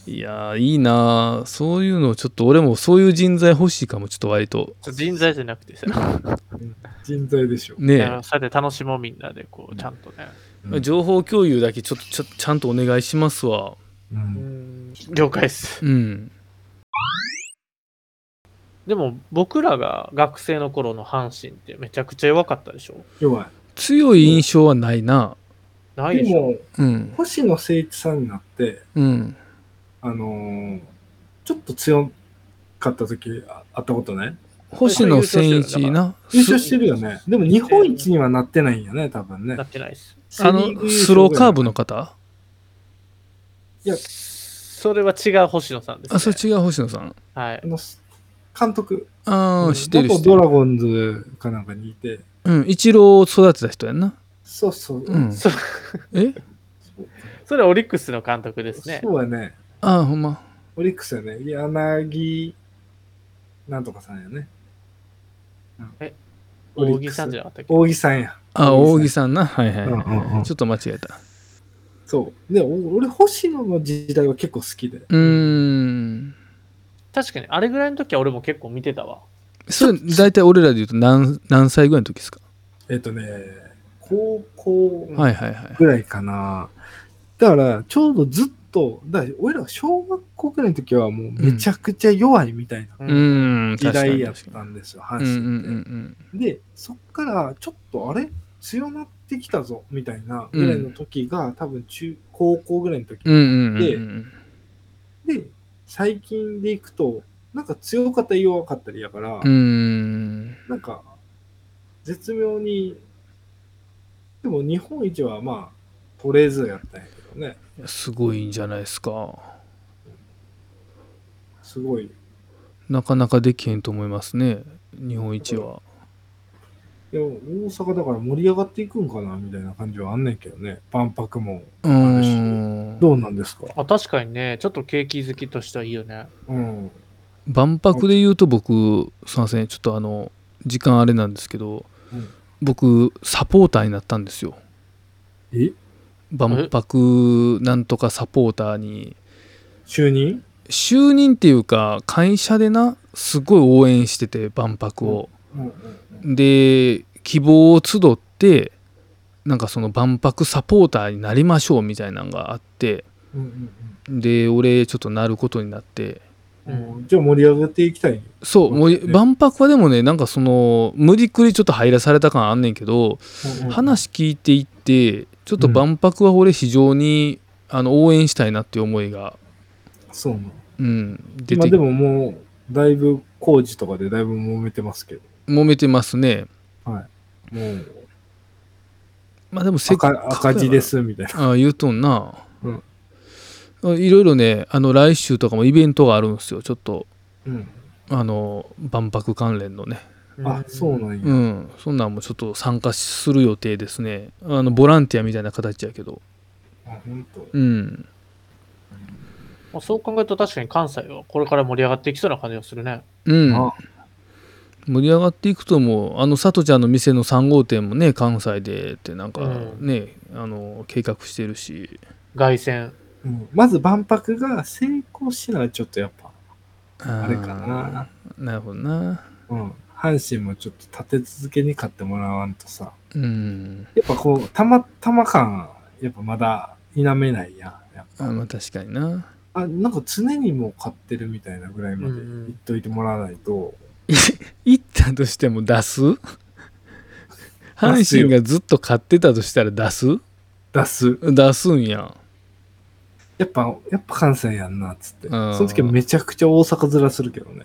[SPEAKER 2] いやーいいなあそういうのちょっと俺もそういう人材欲しいかもちょっと割と
[SPEAKER 3] 人材じゃなくてさ、
[SPEAKER 1] 人材でしょ。
[SPEAKER 2] ね
[SPEAKER 3] あのそうやって楽しもうみんなで、こう、ちゃんとね。
[SPEAKER 1] うん
[SPEAKER 2] 情報共有だけちょっとちょちゃんとお願いしますわ
[SPEAKER 1] う。
[SPEAKER 3] うんん了解です。
[SPEAKER 2] うん
[SPEAKER 3] でも、僕らが学生の頃の阪神ってめちゃくちゃ弱かったでしょ
[SPEAKER 1] 弱。
[SPEAKER 2] 強い印象はないな
[SPEAKER 3] ないいで
[SPEAKER 1] で
[SPEAKER 3] しょ
[SPEAKER 1] も、
[SPEAKER 2] うん
[SPEAKER 1] 星野誠一さんになって、
[SPEAKER 2] うん
[SPEAKER 1] あのーちょっと強かった時ああったことない
[SPEAKER 2] 星野誠一な
[SPEAKER 1] 優勝してるよね。でも日本一にはなってないんよね、多分ね
[SPEAKER 3] な。ってないです。
[SPEAKER 2] あのスローカーブの。方
[SPEAKER 1] いや
[SPEAKER 3] それは違う星野さんです、ね。
[SPEAKER 2] あそれ違う星野さん
[SPEAKER 3] はい
[SPEAKER 1] あ。の、監督。
[SPEAKER 2] あ
[SPEAKER 1] う
[SPEAKER 2] あ
[SPEAKER 1] ん
[SPEAKER 2] 知ってる知っ
[SPEAKER 1] 元
[SPEAKER 2] て
[SPEAKER 1] ド
[SPEAKER 2] る
[SPEAKER 1] ラゴンズかなんかにいて。
[SPEAKER 2] うん一郎を育てた人やんな
[SPEAKER 1] そうそう。
[SPEAKER 2] うん
[SPEAKER 3] そ
[SPEAKER 2] え
[SPEAKER 1] そう
[SPEAKER 3] それはオリックスの監督ですね。
[SPEAKER 1] そうやね。
[SPEAKER 2] ああほんま
[SPEAKER 1] オリックスやね。柳、なんとかさんやね。オリッ
[SPEAKER 3] 大
[SPEAKER 1] クス
[SPEAKER 3] 木さんじゃなかったっけ
[SPEAKER 1] 大木さんや。
[SPEAKER 2] あ
[SPEAKER 1] 大
[SPEAKER 2] 大
[SPEAKER 1] 木
[SPEAKER 2] 木さんなはいはい、
[SPEAKER 1] うんうんうん
[SPEAKER 2] ちょっと間違えた
[SPEAKER 1] そう。で、お俺、星野の時代は結構好きで。
[SPEAKER 2] うーん
[SPEAKER 3] 確かに、あれぐらいの時は俺も結構見てたわ。
[SPEAKER 2] それ大体俺らで言うと何何歳ぐらいの時ですか、
[SPEAKER 1] えっとね、高校
[SPEAKER 2] はいはいはい
[SPEAKER 1] ぐらいかな。だから、ちょうどずっと、だから俺ら小学校ぐらいの時はもうめちゃくちゃ弱いみたいな
[SPEAKER 2] うーん
[SPEAKER 1] 時
[SPEAKER 2] 確か
[SPEAKER 1] 代
[SPEAKER 2] に
[SPEAKER 1] やっ
[SPEAKER 2] 確か
[SPEAKER 1] たんですよ、阪
[SPEAKER 2] にうんうん
[SPEAKER 1] 神って。
[SPEAKER 2] うん
[SPEAKER 1] で、そっからちょっとあれ強なってきたぞみたいなぐらいの時が、多分中、高校ぐらいの時。
[SPEAKER 2] うんうんうんうん
[SPEAKER 1] でで、最近でいくと、なんか強かったり弱かったりやから、
[SPEAKER 2] うんうん
[SPEAKER 1] なんか、絶妙に、でも日本一はまあ、取れずやったんやけどね、
[SPEAKER 2] いやすごいんじゃないですか
[SPEAKER 1] すごい。
[SPEAKER 2] なかなかできへんと思いますね日本一は
[SPEAKER 1] でも大阪だから盛り上がっていくんかなみたいな感じはあんねんけどね、万博も。
[SPEAKER 2] うーん
[SPEAKER 1] どうなんですか
[SPEAKER 3] あ確かにね、ちょっと景気好きとしてはいいよね。
[SPEAKER 1] うん。
[SPEAKER 2] 万博で言うと僕すいませんちょっとあの時間あれなんですけど、
[SPEAKER 1] うん
[SPEAKER 2] 僕サポーターになったんですよ
[SPEAKER 1] え
[SPEAKER 2] 万博なんとかサポーターに
[SPEAKER 1] 就任
[SPEAKER 2] 就任っていうか会社でなすごい応援してて万博を、
[SPEAKER 1] うんうん
[SPEAKER 2] で希望を集ってなんかその万博サポーターになりましょうみたいなのがあって
[SPEAKER 1] うんうん
[SPEAKER 2] で俺ちょっとなることになって
[SPEAKER 1] うんうん。じゃあ盛り上がっていきたい。
[SPEAKER 2] そうも
[SPEAKER 1] そう
[SPEAKER 2] う
[SPEAKER 1] ね
[SPEAKER 2] 万博はでもねなんかその無理くりちょっと入らされた感あんねんけど話聞いていってちょっと万博は俺非常にあの応援したいなっていう思いが、
[SPEAKER 1] そうなの。
[SPEAKER 2] うん、出
[SPEAKER 1] 今
[SPEAKER 2] て
[SPEAKER 1] でももう、だいぶ工事とかでだいぶ揉めてますけど、
[SPEAKER 2] 揉めてますね
[SPEAKER 1] もう
[SPEAKER 2] まあでもせっ
[SPEAKER 1] 赤
[SPEAKER 2] かくやから
[SPEAKER 1] 赤字ですみたいな。
[SPEAKER 2] ああ言うとんな、
[SPEAKER 1] うん
[SPEAKER 2] あいろいろねあの来週とかもイベントがあるんですよちょっと
[SPEAKER 1] うん。
[SPEAKER 2] あの万博関連のね
[SPEAKER 1] あ、そうなん
[SPEAKER 2] う
[SPEAKER 1] や。
[SPEAKER 2] んそんなんもちょっと参加する予定ですねあのボランティアみたいな形やけど
[SPEAKER 1] あ、ほんと。
[SPEAKER 2] うん
[SPEAKER 3] まあそう考えると確かに関西はこれから盛り上がっていきそうな感じがするね。
[SPEAKER 2] うん
[SPEAKER 1] あ
[SPEAKER 2] 盛り上がっていくともうあのさとちゃんの店の3号店もね関西でってなんか
[SPEAKER 3] うん
[SPEAKER 2] ね、あの計画してるし
[SPEAKER 3] 凱旋。
[SPEAKER 1] うんまず万博が成功しないちょっとやっぱ、
[SPEAKER 2] あ
[SPEAKER 1] あれかな。
[SPEAKER 2] ーなるほどな
[SPEAKER 1] うん。阪神もちょっと立て続けに買ってもらわんとさ。
[SPEAKER 2] うん
[SPEAKER 1] やっぱこう、たまたま感、やっぱまだ否めないやん。やっ
[SPEAKER 2] あ
[SPEAKER 1] ぱ
[SPEAKER 2] まあ確かにな
[SPEAKER 1] あ、なんか常にもう買ってるみたいなぐらいまで言っといてもらわないと、
[SPEAKER 2] 行ったとしても出す阪神がずっと買ってたとしたら出す
[SPEAKER 1] 出す。
[SPEAKER 2] 出すんや
[SPEAKER 1] やっぱ、やっぱ関西やんな、っつって。
[SPEAKER 2] ん
[SPEAKER 1] その時はめちゃくちゃ大阪面するけどね。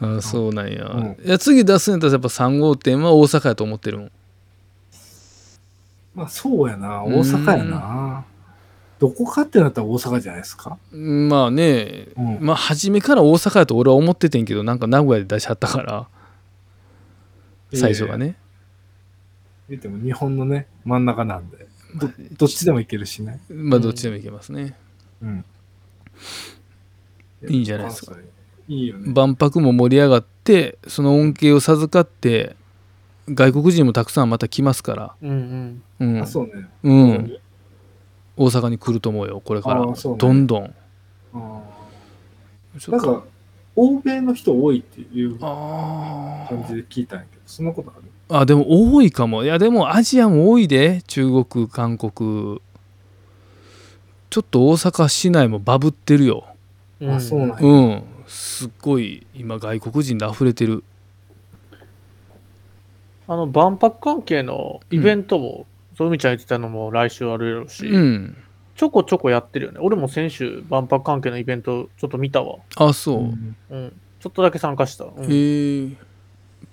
[SPEAKER 2] あーそうなんや,、
[SPEAKER 1] うん
[SPEAKER 2] いや次出すんやったらやっぱ3号店は大阪やと思ってるもん
[SPEAKER 1] まあそうやな、大阪やな。どこかってなったら大阪じゃないですか。
[SPEAKER 2] まあね、
[SPEAKER 1] うん
[SPEAKER 2] まあ初めから大阪やと俺は思っててんけどなんか名古屋で出しはったから最初が
[SPEAKER 1] いやいや。
[SPEAKER 2] ね、
[SPEAKER 1] 言っても日本のね、真ん中なんで。どどっちでもいけるしね。
[SPEAKER 2] まあどっちでもいけますね、
[SPEAKER 1] うん。
[SPEAKER 2] いいんじゃないですか
[SPEAKER 1] 関西。いいよね。
[SPEAKER 2] 万博も盛り上がってその恩恵を授かって外国人もたくさんまた来ますから、
[SPEAKER 3] うんうん。
[SPEAKER 2] うん
[SPEAKER 1] あ、そうね。
[SPEAKER 2] うん、大阪に来ると思うよこれから、
[SPEAKER 1] あーそうね
[SPEAKER 2] どんどん
[SPEAKER 1] あ
[SPEAKER 2] ち
[SPEAKER 1] ー
[SPEAKER 2] ょ
[SPEAKER 1] な
[SPEAKER 2] っ
[SPEAKER 1] ん
[SPEAKER 2] と
[SPEAKER 1] か、欧米の人多いっていう感
[SPEAKER 2] あー
[SPEAKER 1] じで聞いたんやけど、そんなことある
[SPEAKER 2] あでも多いかもいやでもアジアも多いで中国韓国ちょっと大阪市内もバブってるよ
[SPEAKER 3] うん
[SPEAKER 1] あ、そうなんや。
[SPEAKER 2] うんすっごい今外国人で溢れてる
[SPEAKER 3] あの万博関係のイベントも、そうみちゃん言ってたのも来週あるやろうし、
[SPEAKER 2] うん
[SPEAKER 3] ちょこちょこやってるよね。俺も先週万博関係のイベントちょっと見たわ。
[SPEAKER 2] あそう、
[SPEAKER 1] うん
[SPEAKER 3] うん。ちょっとだけ参加した。うん
[SPEAKER 2] へえ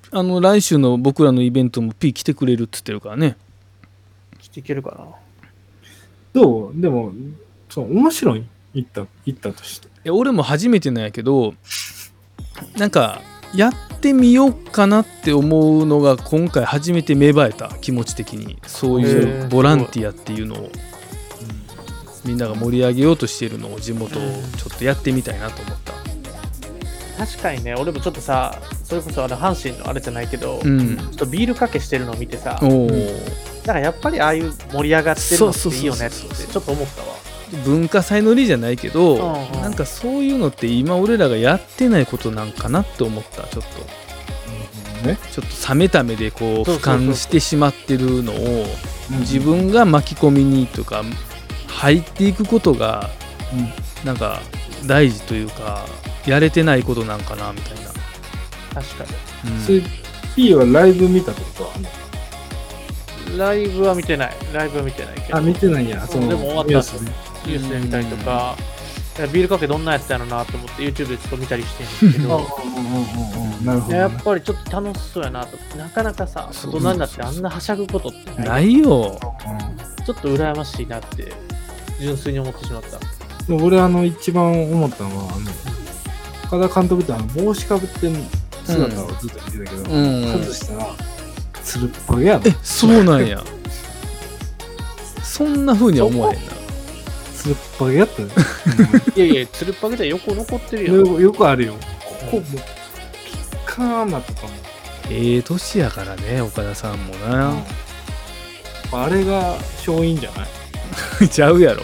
[SPEAKER 2] あの来週の僕らのイベントも P 来てくれるっつってるからね
[SPEAKER 3] ちょっといけるかな。
[SPEAKER 1] どうでも、そう、面白い行った、行ったとして。
[SPEAKER 2] いや俺も初めてなんやけどなんかやってみようかなって思うのが今回初めて芽生えた気持ち的にそうい
[SPEAKER 3] へ
[SPEAKER 2] う
[SPEAKER 3] え
[SPEAKER 2] ボランティアっていうのをみんなが盛り上げようとしてるのを地元をちょっとやってみたいなと思った
[SPEAKER 3] 確かにね、俺もちょっとさ、それこそあの阪神のあれじゃないけど、
[SPEAKER 2] う
[SPEAKER 3] ちょ
[SPEAKER 2] ん
[SPEAKER 3] っとビールかけしてるのを見てさ、だ
[SPEAKER 2] おお、
[SPEAKER 3] からやっぱりああいう盛り上がってるのって
[SPEAKER 2] そうそうそうそう
[SPEAKER 3] いいよねってちょっと思ったわ。
[SPEAKER 2] 文化祭のりじゃないけど、
[SPEAKER 3] うんうん
[SPEAKER 2] なんかそういうのって今俺らがやってないことなんかなって思ったちょっと
[SPEAKER 1] ね。
[SPEAKER 2] ちょっと冷めた目でこう
[SPEAKER 3] そうそう
[SPEAKER 2] 俯
[SPEAKER 3] そう
[SPEAKER 2] 瞰してしまってるのを
[SPEAKER 1] うん
[SPEAKER 2] 自分が巻き込みにとか入っていくことがなんか大事というかやれてないことなんかなみたいな、
[SPEAKER 3] 確か
[SPEAKER 1] それ、P はライブ見たってことはあんの
[SPEAKER 3] に。ライブは見てない。ライブは見てないけど。
[SPEAKER 1] あ、見てないや。その、
[SPEAKER 3] でも終わった
[SPEAKER 1] ニュースね
[SPEAKER 3] ニュースで見たりとか、いやビールかけどんなやつやろなと思って YouTube でちょっと見たりしてるんですけ
[SPEAKER 1] うん
[SPEAKER 3] ど、
[SPEAKER 1] うんうんうんうんなるほ
[SPEAKER 3] いやや
[SPEAKER 1] ど
[SPEAKER 3] っ
[SPEAKER 1] ね。
[SPEAKER 3] ぱりちょっと楽しそうやなと、なかなかさ、
[SPEAKER 2] そ
[SPEAKER 3] 大
[SPEAKER 2] う
[SPEAKER 3] 人になってあんなはしゃぐことって
[SPEAKER 2] な
[SPEAKER 3] ない、
[SPEAKER 2] いよ
[SPEAKER 3] ちょっと羨ましいなって、純粋に思ってし まった。
[SPEAKER 1] うんでも俺、あの、一番思ったのは、あの、岡田監督ってあの帽子かぶってる姿をずっと見てたけど、
[SPEAKER 2] うん
[SPEAKER 1] 外したら、つるっぱげやな
[SPEAKER 2] え。そうなんやそんな風には思わへんな
[SPEAKER 1] つるっぱげやったよ。
[SPEAKER 3] いやいや、つるっぱげじゃ横残ってるよ。
[SPEAKER 1] よよくあるよ。ここも、ピッカーなとかも。
[SPEAKER 2] ええ年やからね岡田さんもな、
[SPEAKER 1] あれが勝因じゃない
[SPEAKER 2] ちゃうやろ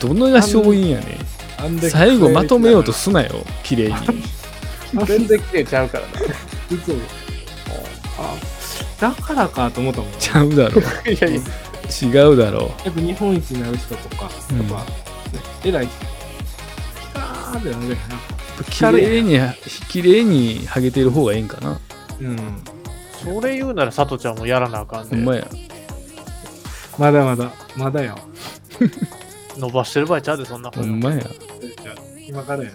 [SPEAKER 2] どのが勝因やねん
[SPEAKER 1] あんだけ
[SPEAKER 2] 最後まとめようとすなよ綺麗 に
[SPEAKER 3] 全然綺麗 ちゃうからな。
[SPEAKER 1] 嘘あだからかと思ったもん
[SPEAKER 2] ちゃうだろ
[SPEAKER 3] いやいや、
[SPEAKER 2] 違うだろ
[SPEAKER 1] やっぱ日本一になる人とか、
[SPEAKER 2] うん
[SPEAKER 1] やっぱ、ね、偉い人ピカーってなるや
[SPEAKER 2] 綺麗に綺麗にハゲてる方がええんかな
[SPEAKER 1] んうん
[SPEAKER 3] それ言うなら佐藤ちゃんもやらなあかん
[SPEAKER 2] ほ
[SPEAKER 3] で、
[SPEAKER 2] んまや
[SPEAKER 1] まだまだまだよ
[SPEAKER 3] 伸ばしてる場合ちゃうで、そんなこ
[SPEAKER 2] ほ
[SPEAKER 3] と。
[SPEAKER 2] んまや
[SPEAKER 1] 今からや